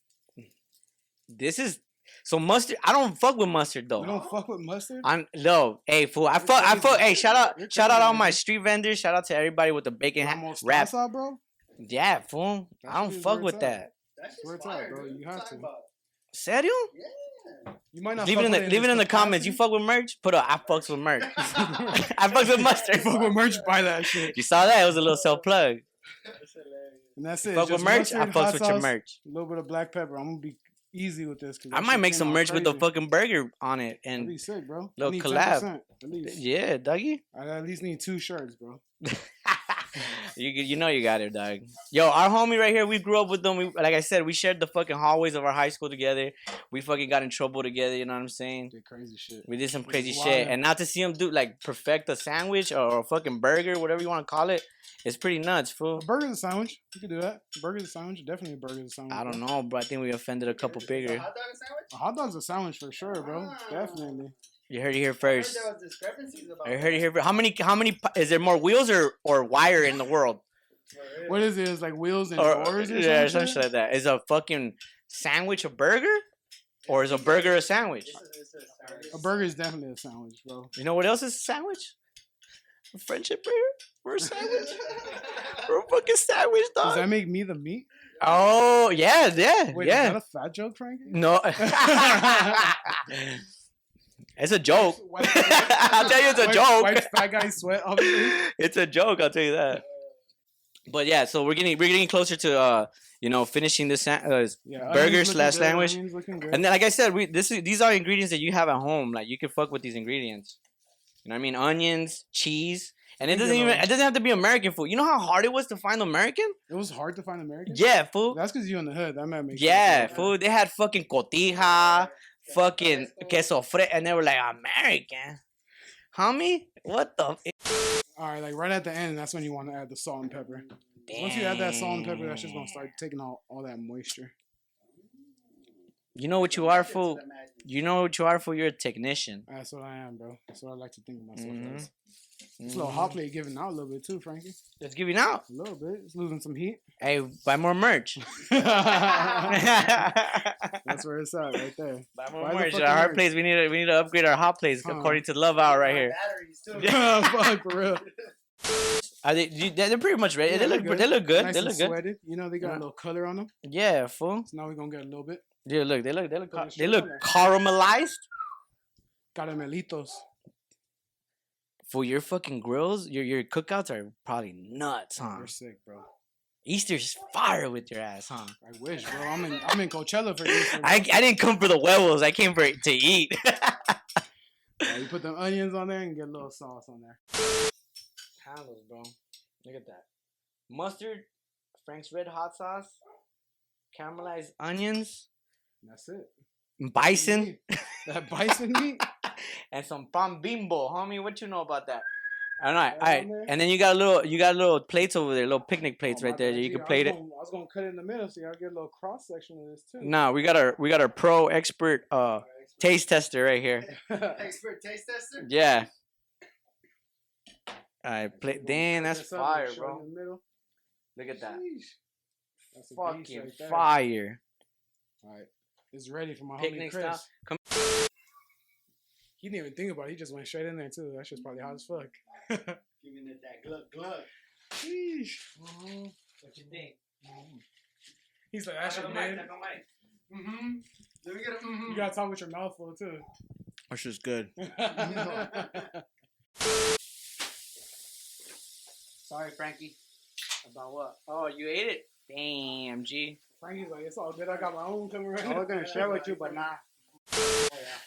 Speaker 1: This is so mustard. I don't fuck with mustard
Speaker 3: You
Speaker 1: though.
Speaker 3: don't fuck with mustard.
Speaker 1: I'm no, hey fool. I fuck. I
Speaker 3: crazy.
Speaker 1: fuck. Hey, shout out,
Speaker 3: You're
Speaker 1: shout out all
Speaker 3: crazy.
Speaker 1: my street vendors. Shout out to everybody with the bacon hat
Speaker 3: Almost
Speaker 1: wrap.
Speaker 3: salsa, bro.
Speaker 1: Yeah, fool.
Speaker 3: That
Speaker 1: I don't
Speaker 3: shit is
Speaker 1: fuck
Speaker 3: where
Speaker 1: with
Speaker 3: it's at.
Speaker 1: that.
Speaker 2: That's
Speaker 3: Where it's at, bro. You have to.
Speaker 1: Serio?
Speaker 3: You might not.
Speaker 1: Leave it
Speaker 3: fuck
Speaker 1: in
Speaker 3: with
Speaker 1: the leave it in the comments. You
Speaker 3: capacity.
Speaker 1: fuck with merch? Put up. I fucks with
Speaker 3: [LAUGHS]
Speaker 1: merch. [LAUGHS] I fucks with mustard.
Speaker 3: fuck with merch. Buy that shit.
Speaker 1: You saw that? It was a little self plug.
Speaker 3: And that's it.
Speaker 1: Fuck with
Speaker 3: Just
Speaker 1: merch. I
Speaker 3: mustard,
Speaker 1: fucks
Speaker 3: hot
Speaker 1: with your
Speaker 3: sauce,
Speaker 1: merch.
Speaker 3: A little bit of black pepper. I'm gonna be easy with this. 'cause
Speaker 1: I
Speaker 3: that
Speaker 1: might
Speaker 3: shit
Speaker 1: make
Speaker 3: came
Speaker 1: some
Speaker 3: out
Speaker 1: merch with the
Speaker 3: crazy.
Speaker 1: fucking burger on it,
Speaker 3: That'd be
Speaker 1: and
Speaker 3: sick, bro. I
Speaker 1: little
Speaker 3: need
Speaker 1: collab.
Speaker 3: 10%, At least.
Speaker 1: yeah,
Speaker 3: [LAUGHS]
Speaker 1: Dougie.
Speaker 3: I at least need two shirts, bro.
Speaker 1: you you know you got it, dog. Yo, our homie right here, we grew up with them. We like I said, we shared the fucking hallways of our high school together. We fucking got in trouble together. You know what I'm saying?
Speaker 3: Did crazy shit.
Speaker 1: We did some
Speaker 3: It's
Speaker 1: crazy shit,
Speaker 3: wild.
Speaker 1: and now to see him do like perfect a sandwich or a fucking burger, whatever you want to call it, it's pretty nuts, fool.
Speaker 3: A burger's a sandwich. You could do that. Burger's a sandwich. Definitely a burger's a sandwich.
Speaker 1: I
Speaker 3: bro.
Speaker 1: don't know, but I think we offended a couple bigger.
Speaker 4: hot dog sandwich?
Speaker 3: A hot dog's a sandwich for sure, bro.
Speaker 4: Ah.
Speaker 3: Definitely.
Speaker 1: You heard it here first.
Speaker 4: I heard there was discrepancies about
Speaker 1: I heard it here. fir- How many? How many? pi- Is there more wheels or or wire in the world?
Speaker 4: here.
Speaker 3: What is it? It's like wheels and
Speaker 1: Or,
Speaker 3: doors or
Speaker 1: yeah,
Speaker 3: some
Speaker 1: something
Speaker 3: shit?
Speaker 1: like that. Is a fucking sandwich a burger, or is a burger a sandwich?
Speaker 4: [LAUGHS]
Speaker 3: A burger's definitely a sandwich, bro.
Speaker 1: You know what else is a sandwich? A friendship burger. We're a sandwich. We're a fucking sandwich,
Speaker 3: Does
Speaker 1: dog.
Speaker 3: that make me the
Speaker 1: [LAUGHS]
Speaker 3: meat?
Speaker 1: oh yeah, yeah,
Speaker 3: Wait,
Speaker 1: yeah.
Speaker 3: is that a fat joke, Frankie?
Speaker 1: No. [LAUGHS] it's a joke. [LAUGHS]
Speaker 3: White-
Speaker 1: I'll tell you it's a
Speaker 3: white-
Speaker 1: joke.
Speaker 3: White fat
Speaker 1: [LAUGHS]
Speaker 3: guy sweat, obviously.
Speaker 1: It's a joke, I'll tell you that. But yeah, so we're getting we're getting closer to uh you know finishing this sa- uh,
Speaker 3: Yeah,
Speaker 1: Burger
Speaker 3: onions looking
Speaker 1: slash
Speaker 3: good,
Speaker 1: sandwich.
Speaker 3: onions looking good.
Speaker 1: and then like I said we this is, these are ingredients that you have at home like you can fuck with these ingredients. You know what I mean? Onions, cheese, and it
Speaker 3: Think
Speaker 1: doesn't even
Speaker 3: about
Speaker 1: it doesn't have to be American food. You know how hard it was to find American?
Speaker 3: It was hard to find American.
Speaker 1: Yeah, food.
Speaker 3: That's because you in the hood. That might make
Speaker 1: Yeah,
Speaker 3: sense.
Speaker 1: food. They had fucking cotija, fucking queso fre, and they were like American, homie. What the? F-
Speaker 3: All right, like right at the end, that's when you want to add the salt and pepper. Once you add that salt and pepper, that's just gonna
Speaker 1: Damn.
Speaker 3: start taking all, all that moisture.
Speaker 1: You know what you are, fool. You know what you are, fool. You're a technician.
Speaker 3: That's what I am, bro. That's what I like to think of myself
Speaker 1: Mhm.
Speaker 3: as. It's a little hot plate giving out a little bit too, Frankie.
Speaker 1: Mm-hmm. Let's give it out.
Speaker 3: A little bit. It's losing some heat.
Speaker 1: Hey, [LAUGHS] buy more merch.
Speaker 3: that's
Speaker 1: buy
Speaker 3: where it's at, right
Speaker 1: [LAUGHS]
Speaker 3: there.
Speaker 1: more
Speaker 3: Buy the
Speaker 1: merch.
Speaker 3: fucking
Speaker 1: Our hot
Speaker 3: merch.
Speaker 1: plates. We need to we need to upgrade our hot plates
Speaker 3: Huh.
Speaker 1: according to Love Hour right here.
Speaker 4: Batteries too. [LAUGHS]
Speaker 3: [LAUGHS] Fuck for real.
Speaker 1: Are they? you- They're pretty much ready.
Speaker 3: Yeah,
Speaker 1: they
Speaker 3: they're
Speaker 1: look.
Speaker 3: good.
Speaker 1: They look good.
Speaker 3: Nice
Speaker 1: they
Speaker 3: and
Speaker 1: look good.
Speaker 3: sweated. You know they got
Speaker 1: Yeah.
Speaker 3: a little color on them.
Speaker 1: Yeah, fool.
Speaker 3: So now we're gonna get a little bit
Speaker 1: Yeah, look. They look. They look.
Speaker 3: Put
Speaker 1: ca-
Speaker 3: the
Speaker 1: They
Speaker 3: shit
Speaker 1: look
Speaker 3: on there.
Speaker 1: caramelized.
Speaker 3: caramelitos.
Speaker 1: For your fucking grills, your your cookouts are probably nuts, huh?
Speaker 3: You're sick, bro.
Speaker 1: Easter's fire with your ass, huh?
Speaker 3: I wish, bro. I'm in I'm in Coachella for Easter.
Speaker 1: [LAUGHS]
Speaker 3: bro.
Speaker 1: I, I didn't come for the huevos. I came for it to eat. [LAUGHS]
Speaker 3: Yeah, you put them onions on there and get a little sauce on there.
Speaker 1: Handles, bro. Look at that. Mustard, Frank's Red hot sauce, caramelized onions,
Speaker 3: And that's it.
Speaker 1: bison,
Speaker 3: [LAUGHS] That bison meat.
Speaker 1: and some pan bimbo, homie. What you know about that? All right, all
Speaker 3: That
Speaker 1: right.
Speaker 3: on there?
Speaker 1: And then you got a little, you got little plates over there, little picnic [LAUGHS] plates
Speaker 3: Oh, my
Speaker 1: right there.
Speaker 3: bad,
Speaker 1: that You
Speaker 3: G.
Speaker 1: can
Speaker 3: I
Speaker 1: plate
Speaker 3: was
Speaker 1: it.
Speaker 3: gonna- I was gonna cut it in the middle so y'all get a little cross section of this too. [LAUGHS]
Speaker 1: Nah, we got our we got our pro expert uh taste tester right here.
Speaker 4: Expert taste tester.
Speaker 1: Yeah. All right,
Speaker 3: We're
Speaker 1: plate.
Speaker 3: gonna
Speaker 1: Damn,
Speaker 3: cut
Speaker 1: that's
Speaker 3: this up and
Speaker 1: fire,
Speaker 3: show it
Speaker 1: bro.
Speaker 3: in the middle.
Speaker 1: Look at that.
Speaker 3: Sheesh. That's a beast
Speaker 1: Fucking
Speaker 3: right there.
Speaker 1: fire.
Speaker 3: All right. It's ready for my homie
Speaker 1: Picnic
Speaker 3: Chris.
Speaker 1: style. Come-
Speaker 3: He didn't even think about it. He just went straight in there too. That shit's probably hot as fuck.
Speaker 4: Giving it that glug glug.
Speaker 3: Sheesh.
Speaker 4: Mm-hmm.
Speaker 1: What you think?
Speaker 3: He's like, that's your name.
Speaker 4: Mm-hmm. Let me get a mm-hmm.
Speaker 3: You gotta talk with your mouth full
Speaker 4: [LAUGHS]
Speaker 3: too.
Speaker 5: That's just good.
Speaker 1: Sorry, Frankie. About what? Oh, you ate it? Damn, G.
Speaker 3: Frankie's like, it's all good. I got my own coming right
Speaker 4: I was gonna share with you, but nah.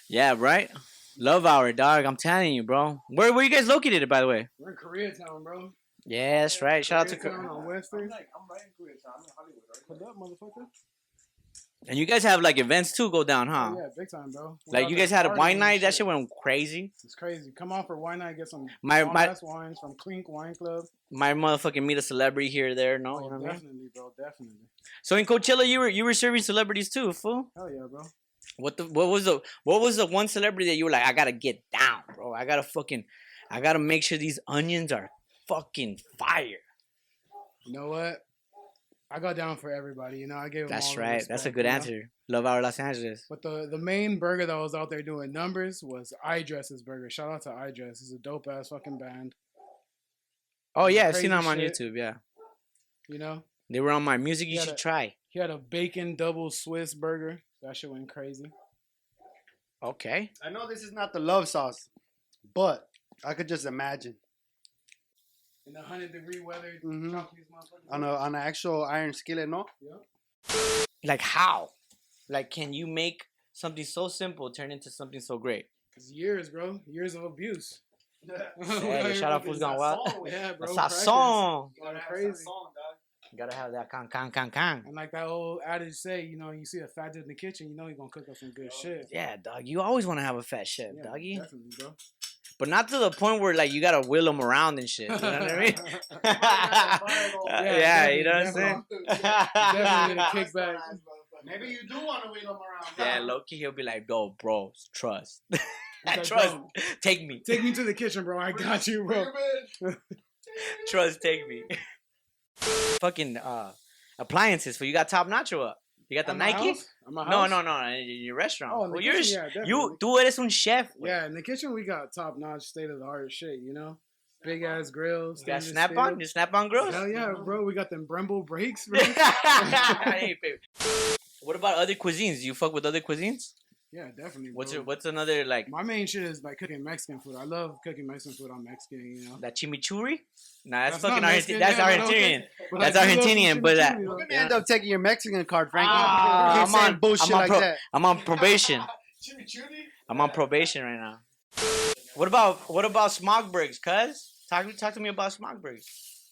Speaker 1: Yeah, right? Love hour, dog. I'm telling you, bro. Where were you guys located, by the way?
Speaker 3: We're in Koreatown, bro.
Speaker 1: Yeah, that's right. Shout out to.
Speaker 3: Koreatown
Speaker 1: Cor-
Speaker 3: on Western.
Speaker 4: I'm right in Koreatown. I'm in Hollywood.
Speaker 3: Hold up, motherfucker.
Speaker 1: and you guys have like events too go down, huh?
Speaker 3: Oh, yeah, big time, bro. We're
Speaker 1: Like
Speaker 3: out
Speaker 1: you
Speaker 3: there
Speaker 1: guys had a
Speaker 3: partying
Speaker 1: wine
Speaker 3: and
Speaker 1: night. That shit went crazy.
Speaker 3: It's crazy. Come on for wine night. Get some
Speaker 1: My my
Speaker 3: ass wines from Clink Wine Club. Oh,
Speaker 1: my motherfucking meet a celebrity here or there. No, you know what I mean.
Speaker 3: definitely, bro. Definitely.
Speaker 1: So in Coachella, you were you were serving celebrities too, fool.
Speaker 3: Hell yeah, bro.
Speaker 1: What the what was the what was the one celebrity that you were like, I gotta get down, bro. I gotta fucking, I gotta make sure these onions are fucking fire.
Speaker 3: You know what? I got down for everybody. You know, I gave. 'em all
Speaker 1: That's
Speaker 3: the
Speaker 1: right. That's a
Speaker 3: respect,
Speaker 1: good
Speaker 3: you know?
Speaker 1: answer. Love our Los Angeles.
Speaker 3: But the the main burger that was out there doing numbers was iDress's burger. Shout out to iDress. It's a dope ass fucking band.
Speaker 1: Oh
Speaker 3: Some
Speaker 1: yeah, I've seen
Speaker 3: crazy
Speaker 1: them on
Speaker 3: shit.
Speaker 1: YouTube. Yeah,
Speaker 3: You know,
Speaker 1: they were on my music. You
Speaker 3: Yeah,
Speaker 1: should
Speaker 3: that-
Speaker 1: try.
Speaker 3: he had a bacon double Swiss burger. That shit went crazy.
Speaker 1: Okay.
Speaker 4: I know this is not the love sauce, but I could just imagine.
Speaker 7: In the hundred degree weather,
Speaker 1: Mm-hmm.
Speaker 2: Mhm.
Speaker 7: chunkiest motherfucker.
Speaker 2: on a on an actual iron skillet,
Speaker 3: [LAUGHS]
Speaker 2: no?
Speaker 1: Like how? Like can you make something so simple turn into something so great?
Speaker 3: It's years, bro. Years of abuse. [LAUGHS]
Speaker 1: Hey, shout out Fools Gone Wild.
Speaker 3: Yeah,
Speaker 1: The
Speaker 3: bro. practice.
Speaker 1: sazon.
Speaker 7: You gotta have
Speaker 3: Crazy.
Speaker 7: some song, dog.
Speaker 1: You gotta have that con con con con.
Speaker 3: And like that old adage say, you know, you see a fat dude in the kitchen, you know he's gonna cook up some good shit.
Speaker 1: Yeah, dog. You always want to have a fat chef,
Speaker 3: Yeah,
Speaker 1: doggy.
Speaker 3: Definitely, bro.
Speaker 1: But not to the point where like you gotta wheel them around and shit. You know what
Speaker 3: [LAUGHS]
Speaker 1: I mean? yeah, you know what I'm saying.
Speaker 3: [LAUGHS]
Speaker 1: [LAUGHS]
Speaker 3: Definitely gonna kick back.
Speaker 7: Maybe you do want to wheel them around.
Speaker 1: yeah,
Speaker 7: huh?
Speaker 1: Loki, he'll be like, "No, bro, trust, [LAUGHS]
Speaker 3: He's like,
Speaker 1: trust,
Speaker 3: "Bro,
Speaker 1: take me,
Speaker 3: Take me to the kitchen, bro. I got you, bro. [LAUGHS]
Speaker 1: trust, take me." [LAUGHS] Fucking uh, appliances for you got top notch or what? You got the
Speaker 3: At my
Speaker 1: Nike?
Speaker 3: house? At my
Speaker 1: No,
Speaker 3: house?
Speaker 1: no, no, no, in your restaurant.
Speaker 3: Oh, in the
Speaker 1: well, you're a
Speaker 3: kitchen,
Speaker 1: sh-
Speaker 3: yeah, definitely.
Speaker 1: you, tú eres un chef. güey.
Speaker 3: Yeah, in the kitchen we got top notch, state of the art shit. You know, big ass grills.
Speaker 1: You got
Speaker 3: stainless
Speaker 1: Snap on,
Speaker 3: steel.
Speaker 1: you Snap on grills.
Speaker 3: Hell yeah, bro. We got them Brembo
Speaker 1: [LAUGHS]
Speaker 3: brakes, bro.
Speaker 1: hey, baby. What about other cuisines? You fuck with other cuisines?
Speaker 3: yeah, definitely.
Speaker 1: What's
Speaker 3: bro.
Speaker 1: your, what's another like
Speaker 3: My main shit is like cooking Mexican food. I love cooking Mexican food. I'm Mexican, you know.
Speaker 1: that chimichurri? Nah, that's,
Speaker 3: That's not
Speaker 1: fucking
Speaker 3: Mexican,
Speaker 1: Argentinian. That's
Speaker 3: yeah, but
Speaker 1: Argentinian.
Speaker 3: okay.
Speaker 1: That's
Speaker 3: But I do love
Speaker 1: Argentinian, but uh, that-
Speaker 3: chimichurri, though.
Speaker 2: We're gonna
Speaker 1: Yeah.
Speaker 2: end up taking your Mexican card, Frankie.
Speaker 1: Ah,
Speaker 2: You
Speaker 1: I'm
Speaker 2: keep saying
Speaker 1: on-
Speaker 2: bullshit
Speaker 1: I'm on
Speaker 2: like
Speaker 1: pro-
Speaker 2: that.
Speaker 1: I'm on
Speaker 3: [LAUGHS]
Speaker 1: probation.
Speaker 7: Chimichurri?
Speaker 1: I'm on probation right now. What about what about Smogbergs, cuz? Talk talk to me about Smogbergs.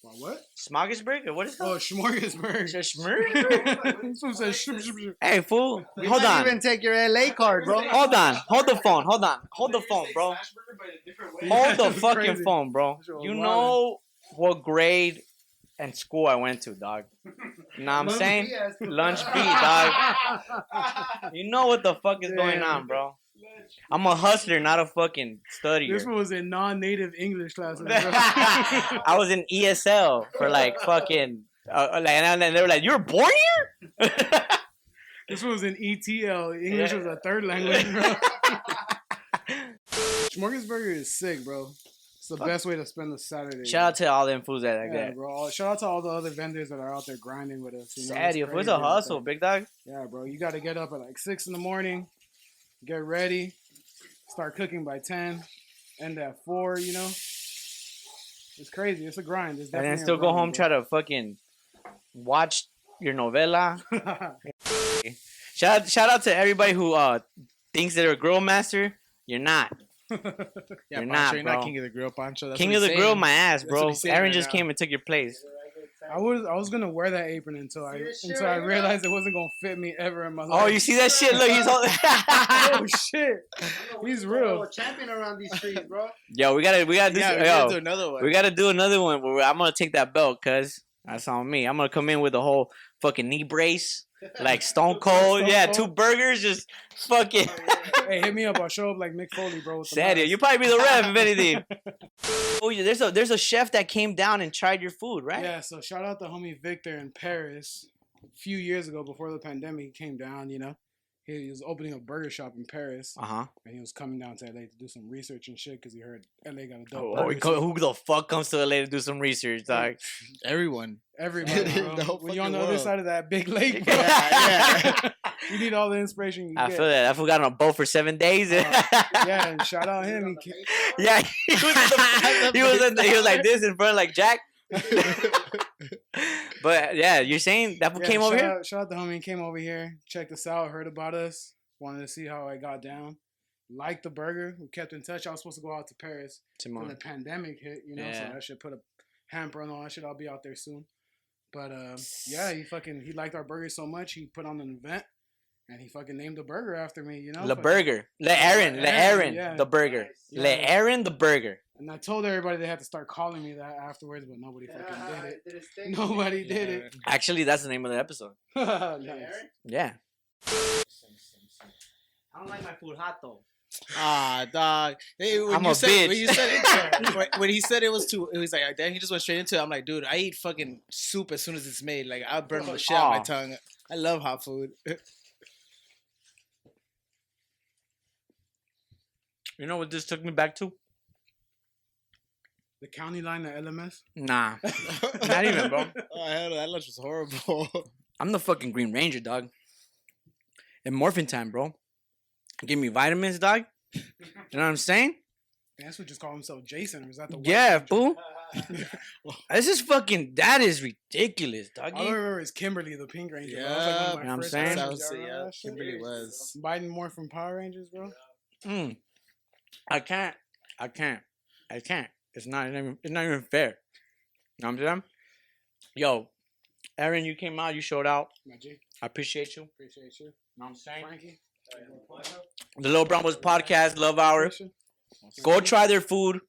Speaker 3: Well, What?
Speaker 1: Smoggersberg or what is
Speaker 3: Oh, [LAUGHS]
Speaker 1: that?
Speaker 3: smorgasbord.
Speaker 1: Schmurg?
Speaker 3: Some said shroom, shroom, shroom.
Speaker 1: Hey
Speaker 3: [LAUGHS]
Speaker 1: fool,
Speaker 2: You
Speaker 1: hold
Speaker 2: might
Speaker 1: on.
Speaker 2: Even take your LA card, bro.
Speaker 1: Hold on. Hold the phone. Hold on. Hold the phone, bro. Hold the
Speaker 3: That's
Speaker 1: fucking
Speaker 3: crazy.
Speaker 1: phone, bro.
Speaker 3: That's your
Speaker 1: You
Speaker 3: wild.
Speaker 1: know what grade and school I went to, dog. You know what I'm saying?
Speaker 3: [LAUGHS]
Speaker 1: Lunch B, dog. You know what the fuck is going
Speaker 3: Yeah.
Speaker 1: on, bro. I'm a hustler, not a fucking studier. [LAUGHS]
Speaker 3: This one was in non-native English class. like, bro.
Speaker 1: I was in ESL for like fucking. Uh, like, and then they were like, "You were born here."
Speaker 3: this one was in ETL. English
Speaker 1: Yeah.
Speaker 3: was a third language,
Speaker 1: [LAUGHS]
Speaker 3: bro. Smorgasburger is sick, bro. It's the best way to spend a Saturday.
Speaker 1: Shout out to all them fools that
Speaker 3: bro.
Speaker 1: like
Speaker 3: yeah,
Speaker 1: that.
Speaker 3: bro. All- Shout out to all the other vendors that are out there grinding with us. You know,
Speaker 1: Sad, if it's
Speaker 3: crazy
Speaker 1: a
Speaker 3: out there.
Speaker 1: hustle, big dog.
Speaker 3: Yeah, bro. You got to get up at like six in the morning, get ready, start cooking by ten, end at four. You know, it's crazy. It's a grind. It's
Speaker 1: And
Speaker 3: definitely
Speaker 1: then
Speaker 3: a
Speaker 1: still go home,
Speaker 3: grind,
Speaker 1: try to fucking watch your novella.
Speaker 3: bro. [LAUGHS]
Speaker 1: Shout out, shout out to everybody who uh thinks they're a grill master. You're not.
Speaker 8: Yeah,
Speaker 1: You're
Speaker 8: Pancho,
Speaker 1: not,
Speaker 8: you're
Speaker 1: bro.
Speaker 8: not king of the grill, Pancho. That's
Speaker 1: King
Speaker 8: what
Speaker 1: of the
Speaker 8: he's
Speaker 1: grill,
Speaker 8: saying.
Speaker 1: my ass,
Speaker 8: That's what
Speaker 1: bro.
Speaker 8: he's saying
Speaker 1: Aaron
Speaker 8: right
Speaker 1: just
Speaker 8: now.
Speaker 1: came and took your place.
Speaker 3: I was I was gonna wear that apron until I
Speaker 7: Serious shit
Speaker 3: until I
Speaker 7: right now?
Speaker 3: realized it wasn't gonna fit me ever in my life.
Speaker 1: Oh, you see that shit? Look, he's all.
Speaker 3: [LAUGHS] Oh shit! He's real.
Speaker 2: champion around these streets,
Speaker 1: [LAUGHS]
Speaker 2: bro.
Speaker 1: yo, we gotta, we gotta
Speaker 2: [LAUGHS]
Speaker 1: do.
Speaker 8: Yeah,
Speaker 1: some-
Speaker 8: we gotta
Speaker 1: yo.
Speaker 8: do another one.
Speaker 1: We gotta do another one where I'm gonna take that belt, cuz that's on me. I'm gonna come in with a whole fucking knee brace, like Stone
Speaker 2: [LAUGHS]
Speaker 1: Cold.
Speaker 3: Stone
Speaker 1: yeah,
Speaker 3: Cold.
Speaker 1: two burgers, just fucking.
Speaker 3: hey, hit me up. I'll show up like Mick Foley, bro. with the
Speaker 1: Sad,
Speaker 3: mask.
Speaker 1: you probably be the ref if anything. oh yeah, there's a there's a chef that came down and tried your food, right?
Speaker 3: Yeah, so shout out to homie Victor in Paris. A few years ago, before the pandemic, he came down. You know, he, he was opening a burger shop in Paris,
Speaker 1: Uh huh.
Speaker 3: and he was coming down to LA to do some research and shit because he heard LA got a dope.
Speaker 1: Oh,
Speaker 3: burger
Speaker 1: co-
Speaker 3: scene.
Speaker 1: who the fuck comes to LA to do some research, dog?
Speaker 8: Everyone.
Speaker 1: [LAUGHS]
Speaker 3: Everybody,
Speaker 8: The
Speaker 3: bro.
Speaker 8: whole
Speaker 3: when you're
Speaker 8: fucking
Speaker 3: on the other
Speaker 8: world.
Speaker 3: side of that big lake, bro,
Speaker 8: Yeah,
Speaker 3: you need all the inspiration you
Speaker 1: [LAUGHS] I
Speaker 3: get.
Speaker 1: feel that. I forgot on a boat for seven days. [LAUGHS] yeah,
Speaker 3: Yeah, and shout out him. He
Speaker 2: [LAUGHS]
Speaker 3: ca-
Speaker 1: [LAUGHS] he was, in the- [LAUGHS] he, was in the- he was like this in front of like Jack. [LAUGHS] but yeah, you're saying that fool
Speaker 3: [LAUGHS] Yeah,
Speaker 1: came over
Speaker 3: shout
Speaker 1: here?
Speaker 3: Out, shout out the homie, came over here, checked us out, heard about us, wanted to see how I got down. Liked the burger. We kept in touch. I was supposed to go out to Paris when the
Speaker 1: Timon.
Speaker 3: pandemic hit, you know,
Speaker 1: Yeah.
Speaker 3: so that should put a hamper on all that shit. I'll be out there soon. But um, yeah, he fucking he liked our burger so much he put on an event and he fucking named the burger after me, you know.
Speaker 1: Le
Speaker 3: fucking-
Speaker 1: Burger. Le Aaron. Le
Speaker 3: Aaron,
Speaker 1: Aaron.
Speaker 3: yeah.
Speaker 1: The burger.
Speaker 3: Yeah.
Speaker 1: Le Aaron the burger.
Speaker 3: And I told everybody they had to start calling me that afterwards, but nobody fucking did
Speaker 7: Did his
Speaker 3: it.
Speaker 2: [LAUGHS]
Speaker 7: thing.
Speaker 3: Nobody did it.
Speaker 1: Actually, that's the name of the episode.
Speaker 3: [LAUGHS] Nice.
Speaker 1: Yeah. I don't like my food hot though.
Speaker 8: Ah, dog. Hey, when
Speaker 1: I'm
Speaker 8: you
Speaker 1: a
Speaker 8: said,
Speaker 1: bitch.
Speaker 8: When, you said
Speaker 1: [LAUGHS]
Speaker 8: it, when, when he said it was too, it was like, damn, he just went straight into it. I'm like, dude, I eat fucking soup as soon as it's made. Like, I'll burn the shit out of
Speaker 1: Aw.
Speaker 8: my tongue. I love hot food. [LAUGHS]
Speaker 1: You know what this took me back to?
Speaker 3: The county line at LMS.
Speaker 1: [LAUGHS] Nah. Not even,
Speaker 3: [LAUGHS]
Speaker 1: bro.
Speaker 8: Oh, hell, that lunch was horrible.
Speaker 2: [LAUGHS]
Speaker 1: I'm the fucking Green Ranger, dog. And morphin time, bro. Give me vitamins, dog. You know what I'm saying?
Speaker 3: That's what just call himself Jason, or is that the white
Speaker 1: Yeah, [LAUGHS]
Speaker 3: Ranger?
Speaker 1: fool. This is fucking. That is ridiculous, doggy.
Speaker 3: All I remember is Kimberly, the Pink Ranger. bro. That was, like,
Speaker 9: Yeah,
Speaker 3: one of my
Speaker 1: you know what I'm
Speaker 3: first
Speaker 1: saying?
Speaker 3: memories.
Speaker 9: That was-
Speaker 3: Y'all remember
Speaker 9: yeah,
Speaker 3: that shit?
Speaker 9: Kimberly was.
Speaker 3: Biden Moore from Power Rangers, bro.
Speaker 1: Mm. I can't. I can't. I can't. It's not even. It's not even fair. You know what I'm saying? Yo, Aaron, you came out. You showed out.
Speaker 3: My G,
Speaker 1: I appreciate you. You
Speaker 3: appreciate you,
Speaker 1: know what I'm saying?
Speaker 3: Frankie.
Speaker 1: The Little Brown Boys podcast, Love Hour.
Speaker 3: appreciate you.
Speaker 1: Go try their food.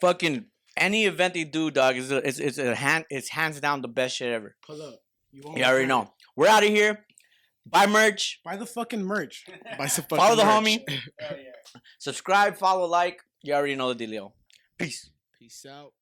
Speaker 1: Fucking any event they do, dog, is a, it's it's a hand it's hands down the best shit ever.
Speaker 3: Pull up. You won't
Speaker 1: You already
Speaker 3: regret it.
Speaker 1: know. We're out of here. Buy merch.
Speaker 3: Buy the
Speaker 1: [LAUGHS]
Speaker 3: fucking merch.
Speaker 9: Buy some
Speaker 1: Follow the
Speaker 9: fucking merch.
Speaker 2: Oh,
Speaker 1: homie. Subscribe, follow, like. You already know the dealio. Peace.
Speaker 9: Peace out.